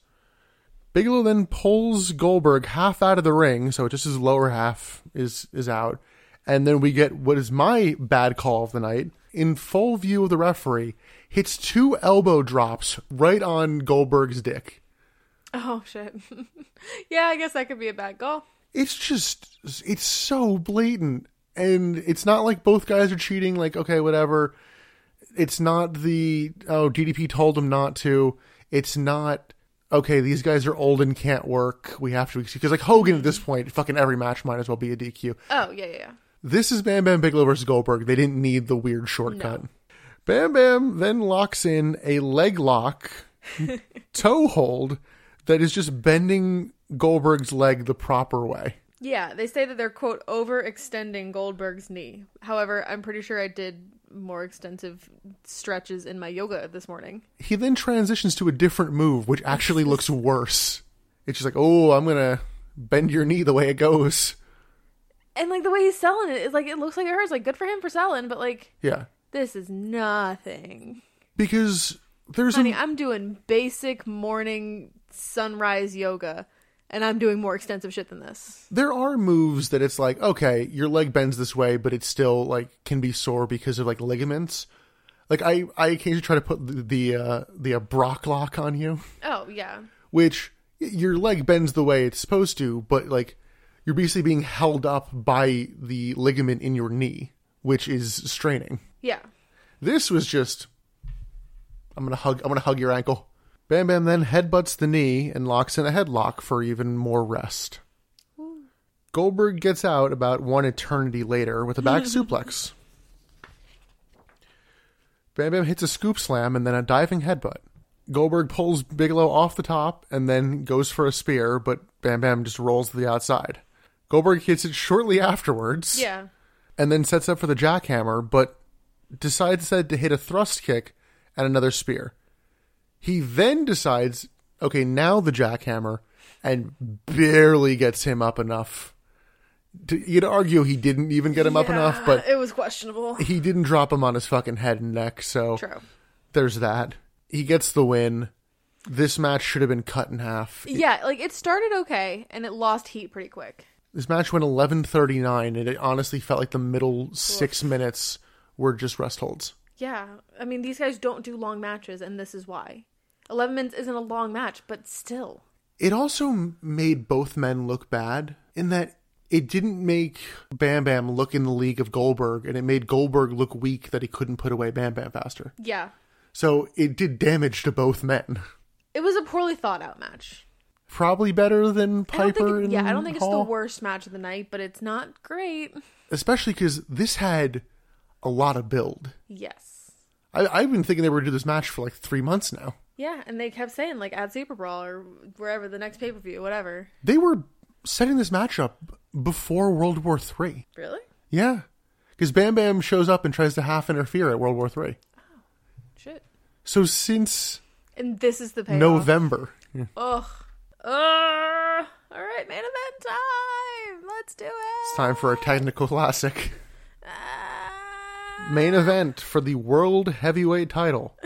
Bigelow then pulls Goldberg half out of the ring, so just his lower half is is out, and then we get what is my bad call of the night in full view of the referee. Hits two elbow drops right on Goldberg's dick.
Oh shit. yeah, I guess that could be a bad goal.
It's just it's so blatant, and it's not like both guys are cheating. Like okay, whatever. it's not the oh DDP told him not to. It's not okay. These guys are old and can't work. We have to because like Hogan at this point, fucking every match might as well be a DQ.
Oh yeah, yeah, yeah.
This is Bam Bam Bigelow versus Goldberg. They didn't need the weird shortcut. Bam Bam then locks in a leg lock toe hold that is just bending Goldberg's leg the proper way.
Yeah, they say that they're quote overextending Goldberg's knee. However, I'm pretty sure I did more extensive stretches in my yoga this morning.
he then transitions to a different move, which actually looks worse. It's just like, oh, I'm gonna bend your knee the way it goes.
And like the way he's selling it is like it looks like it hurts. Like good for him for selling, but like
Yeah,
this is nothing.
because there's
Honey,
a
I'm doing basic morning sunrise yoga and I'm doing more extensive shit than this.
there are moves that it's like, okay, your leg bends this way, but it still like can be sore because of like ligaments. Like I, I occasionally try to put the the, uh, the uh, Brock lock on you,
Oh, yeah.
which y- your leg bends the way it's supposed to, but like you're basically being held up by the ligament in your knee, which is straining.
Yeah.
This was just I'm gonna hug I'm gonna hug your ankle. Bam Bam then headbutts the knee and locks in a headlock for even more rest. Goldberg gets out about one eternity later with a back suplex. Bam Bam hits a scoop slam and then a diving headbutt. Goldberg pulls Bigelow off the top and then goes for a spear, but Bam Bam just rolls to the outside. Goldberg hits it shortly afterwards
Yeah.
and then sets up for the jackhammer, but decides that to hit a thrust kick and another spear. He then decides, okay, now the jackhammer, and barely gets him up enough. to, you'd argue he didn't even get him up enough,
Uh,
but
it was questionable.
he didn't drop him on his fucking head and neck. So
True.
there's that. He gets the win. This match should have been cut in half.
Yeah, like it started okay and it lost heat pretty quick.
This match went 11:39, and it honestly felt like the middle six minutes were just rest holds.
Yeah, I mean these guys don't do long matches, and this is why. Eleven minutes isn't a long match, but still,
It also m- made both men look bad in that it didn't make Bam Bam look in the league of Goldberg, and it made Goldberg look weak that he couldn't put away Bam Bam faster.
yeah,
So it did damage to both men.
it was a poorly thought out match.
Probably better than
I don't
Piper.
think,
and
yeah, I don't think
Hall.
it's the worst match of the night, but it's not great.
especially because this had a lot of build.
Yes,
I, I've been thinking they were going to do this match for like three months now.
yeah, and they kept saying like at Super Brawl or wherever the next pay per view, whatever.
They were setting this match up before World War Three.
Really?
Yeah, because Bam Bam shows up and tries to half interfere at World War Three.
Shit.
So since
And this is the payoff.
November,
Ugh. Ugh. All right, main event time. Let's do
it's
it.
time for a technical classic
Ah.
main event for the World Heavyweight Title.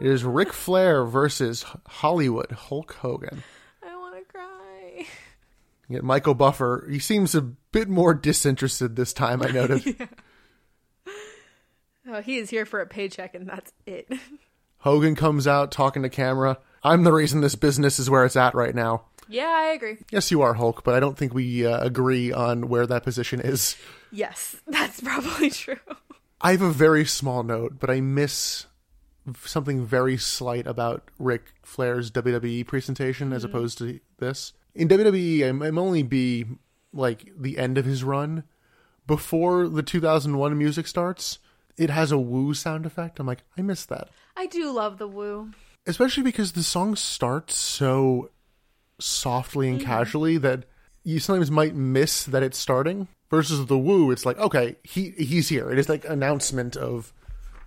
It is Ric Flair versus Hollywood Hulk Hogan.
I want to cry.
You get Michael Buffer. He seems a bit more disinterested this time. I noticed.
Oh, he is here for a paycheck, and that's it.
Hogan comes out talking to camera. I'm the reason this business is where it's at right now.
yeah, I agree.
Yes, you are Hulk, but I don't think we uh, agree on where that position is.
Yes, that's probably true.
I have a very small note, but I miss something very slight about Ric Flair's WWE presentation as opposed to this. In WWE, I'm, I'm only be like the end of his run. Before the 2001 music starts, it has a woo sound effect. I'm like, I miss that.
I do love the woo.
especially because the song starts so softly and casually that you sometimes might miss that it's starting versus the woo it's like okay he he's here it is like announcement of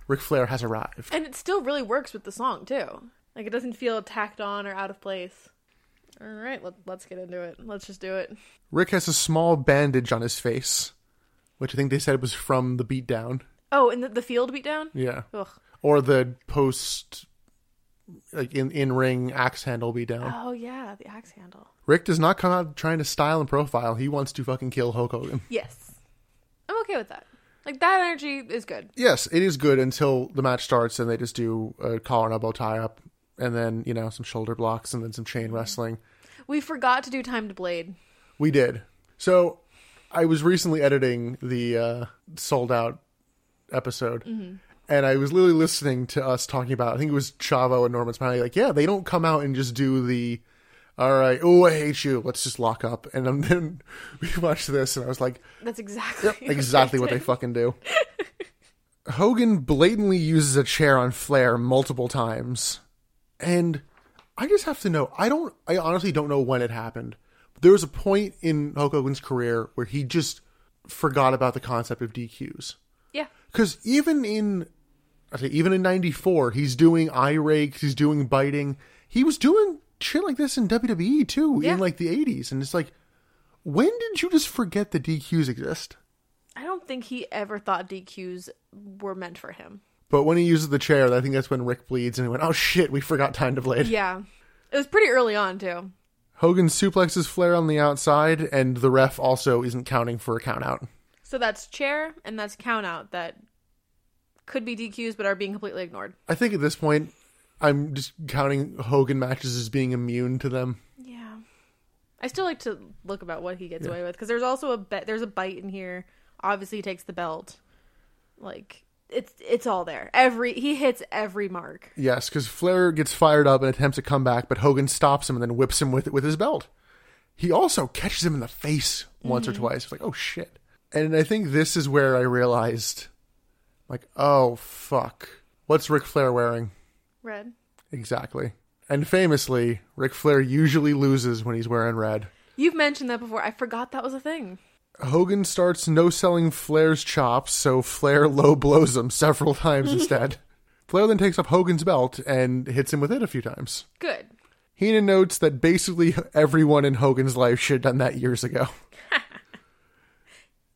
Ric Flair has arrived
And it still really works with the song, too. Like, it doesn't feel tacked on or out of place. All right, let, let's get into it. Let's just do it.
Rick has a small bandage on his face which I think they said was from the beatdown
Oh, and the, the field beatdown?
yeah
Ugh.
or the post like in in ring axe handle beatdown
Oh, yeah, the axe handle.
Rick does not come out trying to style and profile he wants to fucking kill Hulk Hogan
Yes. I'm okay with that. Like, that energy is good.
yes, it is good until the match starts and they just do a collar and a bow tie up and then, you know, some shoulder blocks and then some chain wrestling.
We forgot to do Time to Blade.
We did. So I was recently editing the uh, sold out episode and I was literally listening to us talking about, I think it was Chavo and Norman Smiley, like, yeah, they don't come out and just do the, all right, oh, I hate you, let's just lock up. And um, then we watched this and I was like,
That's exactly
exactly what they fucking do. Hogan blatantly uses a chair on Flair multiple times. And I just have to know, I don't I honestly don't know when it happened. There was a point in Hulk Hogan's career where he just forgot about the concept of DQs.
Yeah.
Cuz even in I say even in 94, he's doing eye rakes, he's doing biting. He was doing shit like this in WWE too
Yeah.
in like the 80s and it's like when did you just forget the DQs exist?
I don't think he ever thought DQs were meant for him.
But when he uses the chair, I think that's when Rick bleeds and he went, oh shit, we forgot Time to Blade.
Yeah. It was pretty early on, too.
Hogan suplexes Flair on the outside, and the ref also isn't counting for a count out.
So that's chair and that's count out that could be DQs but are being completely ignored.
I think at this point, I'm just counting Hogan matches as being immune to them.
Yeah. I still like to look about what he gets away with because there's also a bet there's a bite in here. Obviously, he takes the belt. Like it's it's all there. Every he hits every mark.
Yes, because Flair gets fired up and attempts a comeback, but Hogan stops him and then whips him with with his belt. He also catches him in the face once or twice. It's like, oh shit! And I think this is where I realized, like, oh fuck, what's Ric Flair wearing?
Red.
Exactly. And famously, Ric Flair usually loses when he's wearing red.
You've mentioned that before. I forgot that was a thing.
Hogan starts no selling Flair's chops, so Flair low blows him several times instead. Flair then takes up Hogan's belt and hits him with it a few times.
Good.
Heenan notes that basically everyone in Hogan's life should have done that years ago.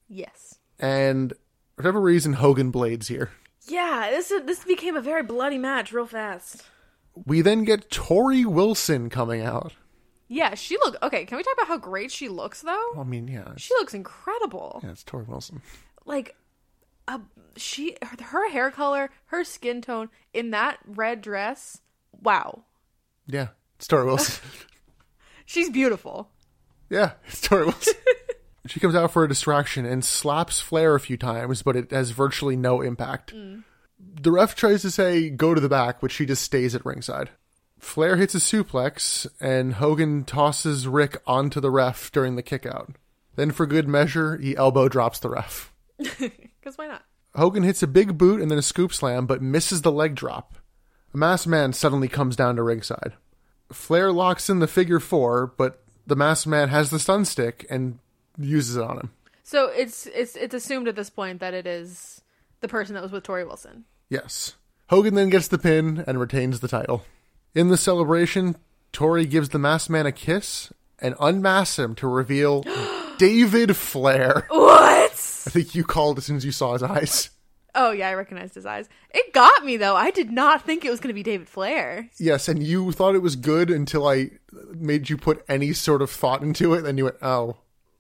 Yes.
And for whatever reason, Hogan blades here.
Yeah, this this became a very bloody match real fast.
We then get Tori Wilson coming out.
Yeah, she look okay. Can we talk about how great she looks though?
I mean, yeah, it's,
She looks incredible.
yeah, it's Tori Wilson.
Like, uh, she her- her hair color, her skin tone in that red dress. Wow,
Yeah, it's Tori Wilson.
she's beautiful.
yeah, it's Tori Wilson. she comes out for a distraction and slaps Flair a few times, but it has virtually no impact. The ref tries to say, go to the back, but she just stays at ringside. Flair hits a suplex, and Hogan tosses Rick onto the ref during the kickout. Then, for good measure, he elbow drops the ref.
Because why not?
Hogan hits a big boot and then a scoop slam, but misses the leg drop. A masked man suddenly comes down to ringside. Flair locks in the figure four, but the masked man has the stun stick and uses it on him.
So it's it's it's assumed at this point that it is the person that was with Tori Wilson.
Yes. Hogan then gets the pin and retains the title. In the celebration, Tori gives the masked man a kiss and unmasks him to reveal David Flair.
What?
I think you called as soon as you saw his eyes.
Oh yeah, I recognized his eyes. It got me though. I did not think it was going to be David Flair.
Yes, and you thought it was good until I made you put any sort of thought into it, then you went, oh.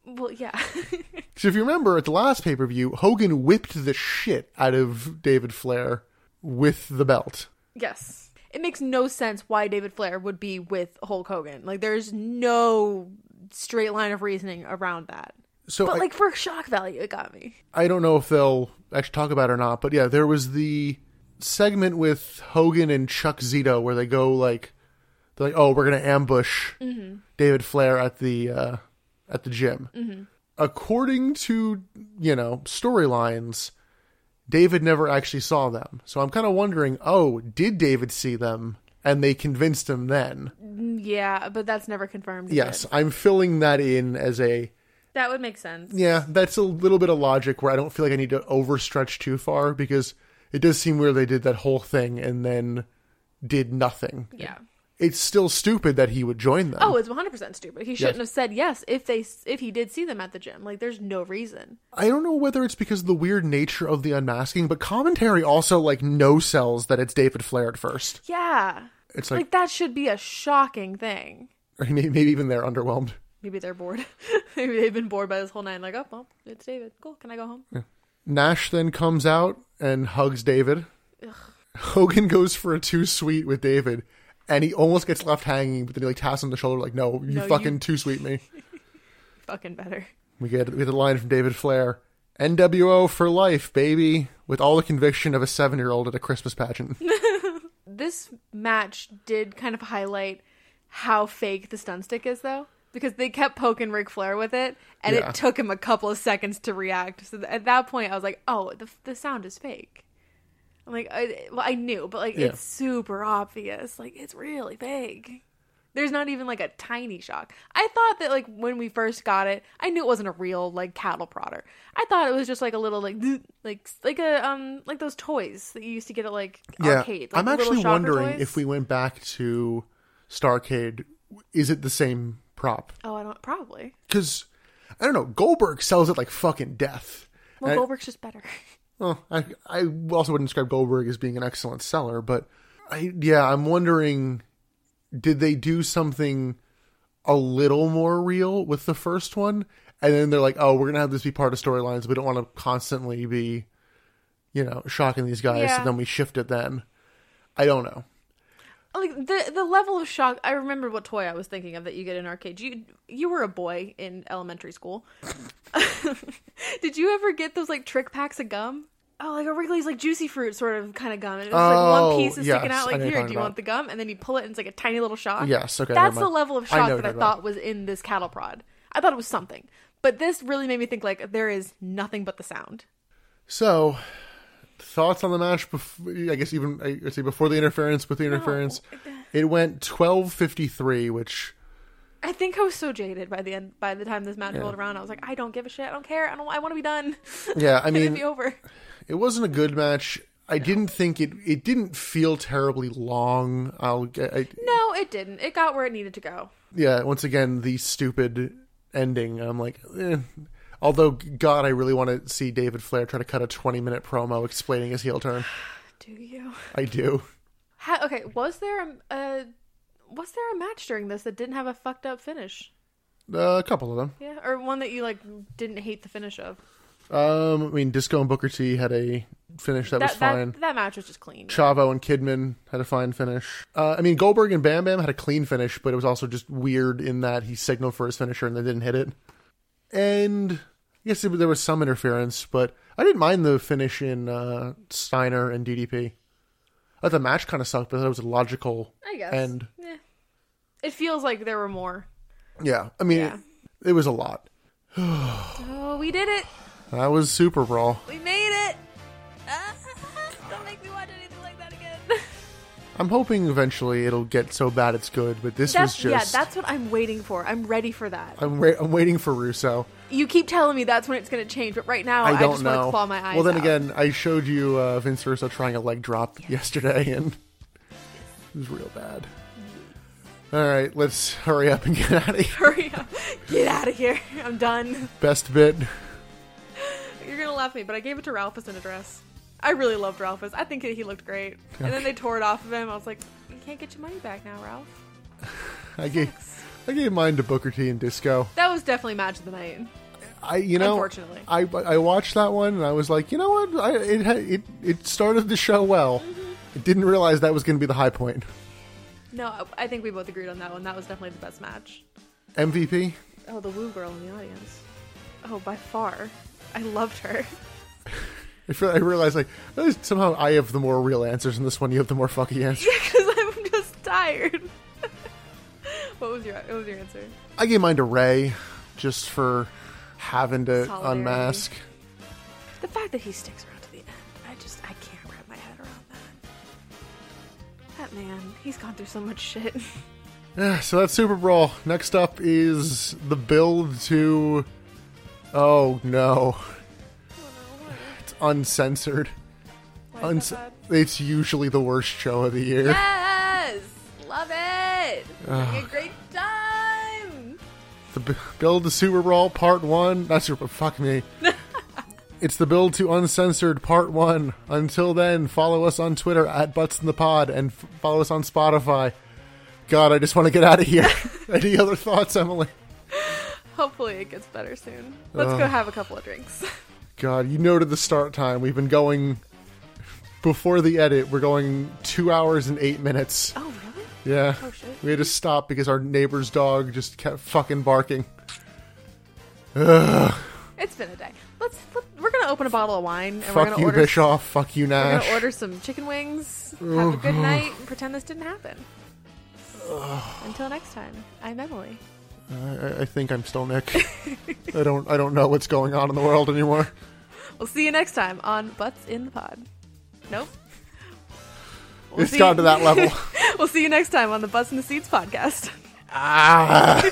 Well, yeah.
So if you remember at the last pay per view, Hogan whipped the shit out of David Flair with the belt.
yes. It makes no sense why David Flair would be with Hulk Hogan. Like there's no straight line of reasoning around that.
So
But
I,
like for shock value, it got me.
I don't know if they'll actually talk about it or not, but yeah, there was the segment with Hogan and Chuck Zito where they go like, they're like, oh, we're gonna ambush David Flair at the uh, at the gym. According to you know storylines, David never actually saw them, so I'm kind of wondering, oh, did David see them? And they convinced him then.
Yeah, but that's never confirmed. is
Yes,
it?
I'm filling that in as a
That would make sense.
yeah, that's a little bit of logic where I don't feel like I need to overstretch too far because it does seem weird they did that whole thing and then did nothing.
Yeah.
It's still stupid that he would join them.
Oh, it's 100% stupid. He shouldn't have said yes if they if he did see them at the gym. Like there's no reason.
I don't know whether it's because of the weird nature of the unmasking, but commentary also like no sells that it's David Flair at first.
Yeah.
It's
Like,
like,
that should be a shocking thing.
or maybe, maybe even they're underwhelmed.
Maybe they're bored. Maybe they've been bored by this whole night. Like, oh, well, it's David. Cool. Can I go home?
Nash then comes out and hugs David. Hogan goes for a too sweet with David, and he almost gets left hanging, but then he like taps him on the shoulder, like, "No, you
No, you-
fucking too sweet me."
Fucking better.
We get we get a line from David Flair. NWO for life, baby, with all the conviction of a seven year old at a Christmas pageant.
This match did kind of highlight how fake the stun stick is, though, because they kept poking Ric Flair with it, and
Yeah.
it took him a couple of seconds to react. So th- at that point, I was like, oh, the, the sound is fake. I'm like, I, well, I knew, but like,
Yeah.
it's super obvious. Like, it's really fake. There's not even like a tiny shock. I thought that like when we first got it, I knew it wasn't a real like cattle prodder. I thought it was just like a little like like like a um like those toys that you used to get at like
yeah,
arcades. like,
I'm
the little
actually
shocker
wondering
toys.
if we went back to Starcade, is it the same prop?
Oh, I don't probably.
Because I don't know, Goldberg sells it like fucking death.
Well,
I-
Goldberg's just better.
Well, I I also wouldn't describe Goldberg as being an excellent seller, but I yeah, I'm wondering did they do something a little more real with the first one? And then they're like, "Oh, we're going to have this be part of storylines. We don't want to constantly be you know, shocking these guys." So
Yeah.
then we shift it then. I don't know.
Like the the level of shock. I remember what toy I was thinking of that you get in arcades. You you were a boy in elementary school. Did you ever get those like trick packs of gum? Oh, like a Wrigley's like juicy fruit sort of kind of gum, and it was like
Oh,
one piece is sticking
yes, I
out.
know
Like
what you're
here, do
talking
you
about.
want the gum? And then you pull it, and it's like a tiny little shock.
Yes, okay,
That's
never
the
mind.
level of
I know
shock
what
that I
you're talking
thought was in this cattle prod. I thought it was something, but this really made me think like there is nothing but the sound.
So, thoughts on the match before I guess even I would say before the interference with the interference. It went 12:53, which
I think I was so jaded by the end. By the time this match rolled around, I was like, I don't give a shit. I don't care. I don't. I want to be done.
yeah, I
Let
mean
it be over.
it wasn't a good match. I didn't think it. It didn't feel terribly long. I'll get. I,
No, it didn't. It got where it needed to go.
Yeah. Once again, the stupid ending. I'm like, eh. Although, God, I really want to see David Flair try to cut a 20 minute promo explaining his heel turn.
Do you?
I do.
Ha- okay, was there a, a was there a match during this that didn't have a fucked up finish?
Uh, a couple of them.
Yeah, or one that you like didn't hate the finish of.
Um, I mean, Disco and Booker T had a finish that, was
That
fine.
that, that match was just clean.
Chavo and Kidman had a fine finish. Uh, I mean, Goldberg and Bam Bam had a clean finish, but it was also just weird in that he signaled for his finisher and they didn't hit it. And yes, it, there was some interference, but I didn't mind the finish in uh, Steiner and DDP. Uh, the match kind of sucked, but that was a logical
I guess.
end.
It feels like there were more.
Yeah, I mean,
Yeah.
It, it was a lot.
Oh, we did it.
That was Super Brawl.
We made it. Ah, don't make me watch anything like that again.
I'm hoping eventually it'll get so bad it's good, but this
that's
was just.
yeah. That's what I'm waiting for. I'm ready for that.
I'm, wa- I'm waiting for Russo.
You keep telling me that's when it's going to change, but right now I,
I don't
just want
know.
to claw my eyes.
well, then
out.
again, I showed you uh, Vince Russo trying a leg drop yesterday, and it was real bad. All right, let's hurry up and get out of here.
hurry up, get out of here. I'm done.
Best bit.
You're gonna laugh at me, but I gave it to Ralph as an address. I really loved Ralph as. I think he looked great. And then they tore it off of him. I was like, you can't get your money back now, Ralph.
I gave I gave mine to Booker T and Disco.
That was definitely match of the night.
I you know
Unfortunately.
I I watched that one and I was like, you know what? I, it had, it it started the show well.
Mm-hmm.
I didn't realize that was going to be the high point.
No, I- I think we both agreed on that one. That was definitely the best match.
MVP.
Oh, the woo girl in the audience. Oh, by far. I loved her.
I feel I realized like somehow I have the more real answers in this one. You have the more fucky answers.
Because I'm just tired. what was your what was your answer?
I gave mine to Ray just for having to
Solidarity.
unmask.
The fact that he sticks around to the end, I just I can't wrap my head around that. That man, he's gone through so much shit.
Yeah, so that's Super Brawl. Next up is the build to. Oh no. It's uncensored.
Why is
Unc-
that
it's usually the worst show of the year.
bad? yes, love it. Having a great time.
The b- build to Super Brawl Part 1. That's Super. Fuck me. it's the build to Uncensored Part 1. Until then, follow us on Twitter at Butts in the Pod and f- follow us on Spotify. God, I just want to get out of here. Any other thoughts, Emily?
Hopefully it gets better soon. Let's go have a couple of drinks.
God, you noted the start time. We've been going. Before the edit, we're going two hours and eight minutes.
Oh really?
Yeah.
Oh, shit.
We had to stop because our neighbor's dog just kept fucking barking.
It's been a day. Let's let, we're gonna open a bottle of wine and we're
Fuck
gonna
you,
order
Bischoff. Fuck you,
we're
Nash.
gonna order some chicken wings. Have a good night and pretend this didn't happen. Until next time, I'm Emily.
I, I think I'm still Nick. I don't I don't know what's going on in the world anymore.
We'll see you next time on Butts in the Pod. Nope. We'll
It's
see-
gotten to that level.
we'll see you next time on the Butts in the Seeds podcast.
ah.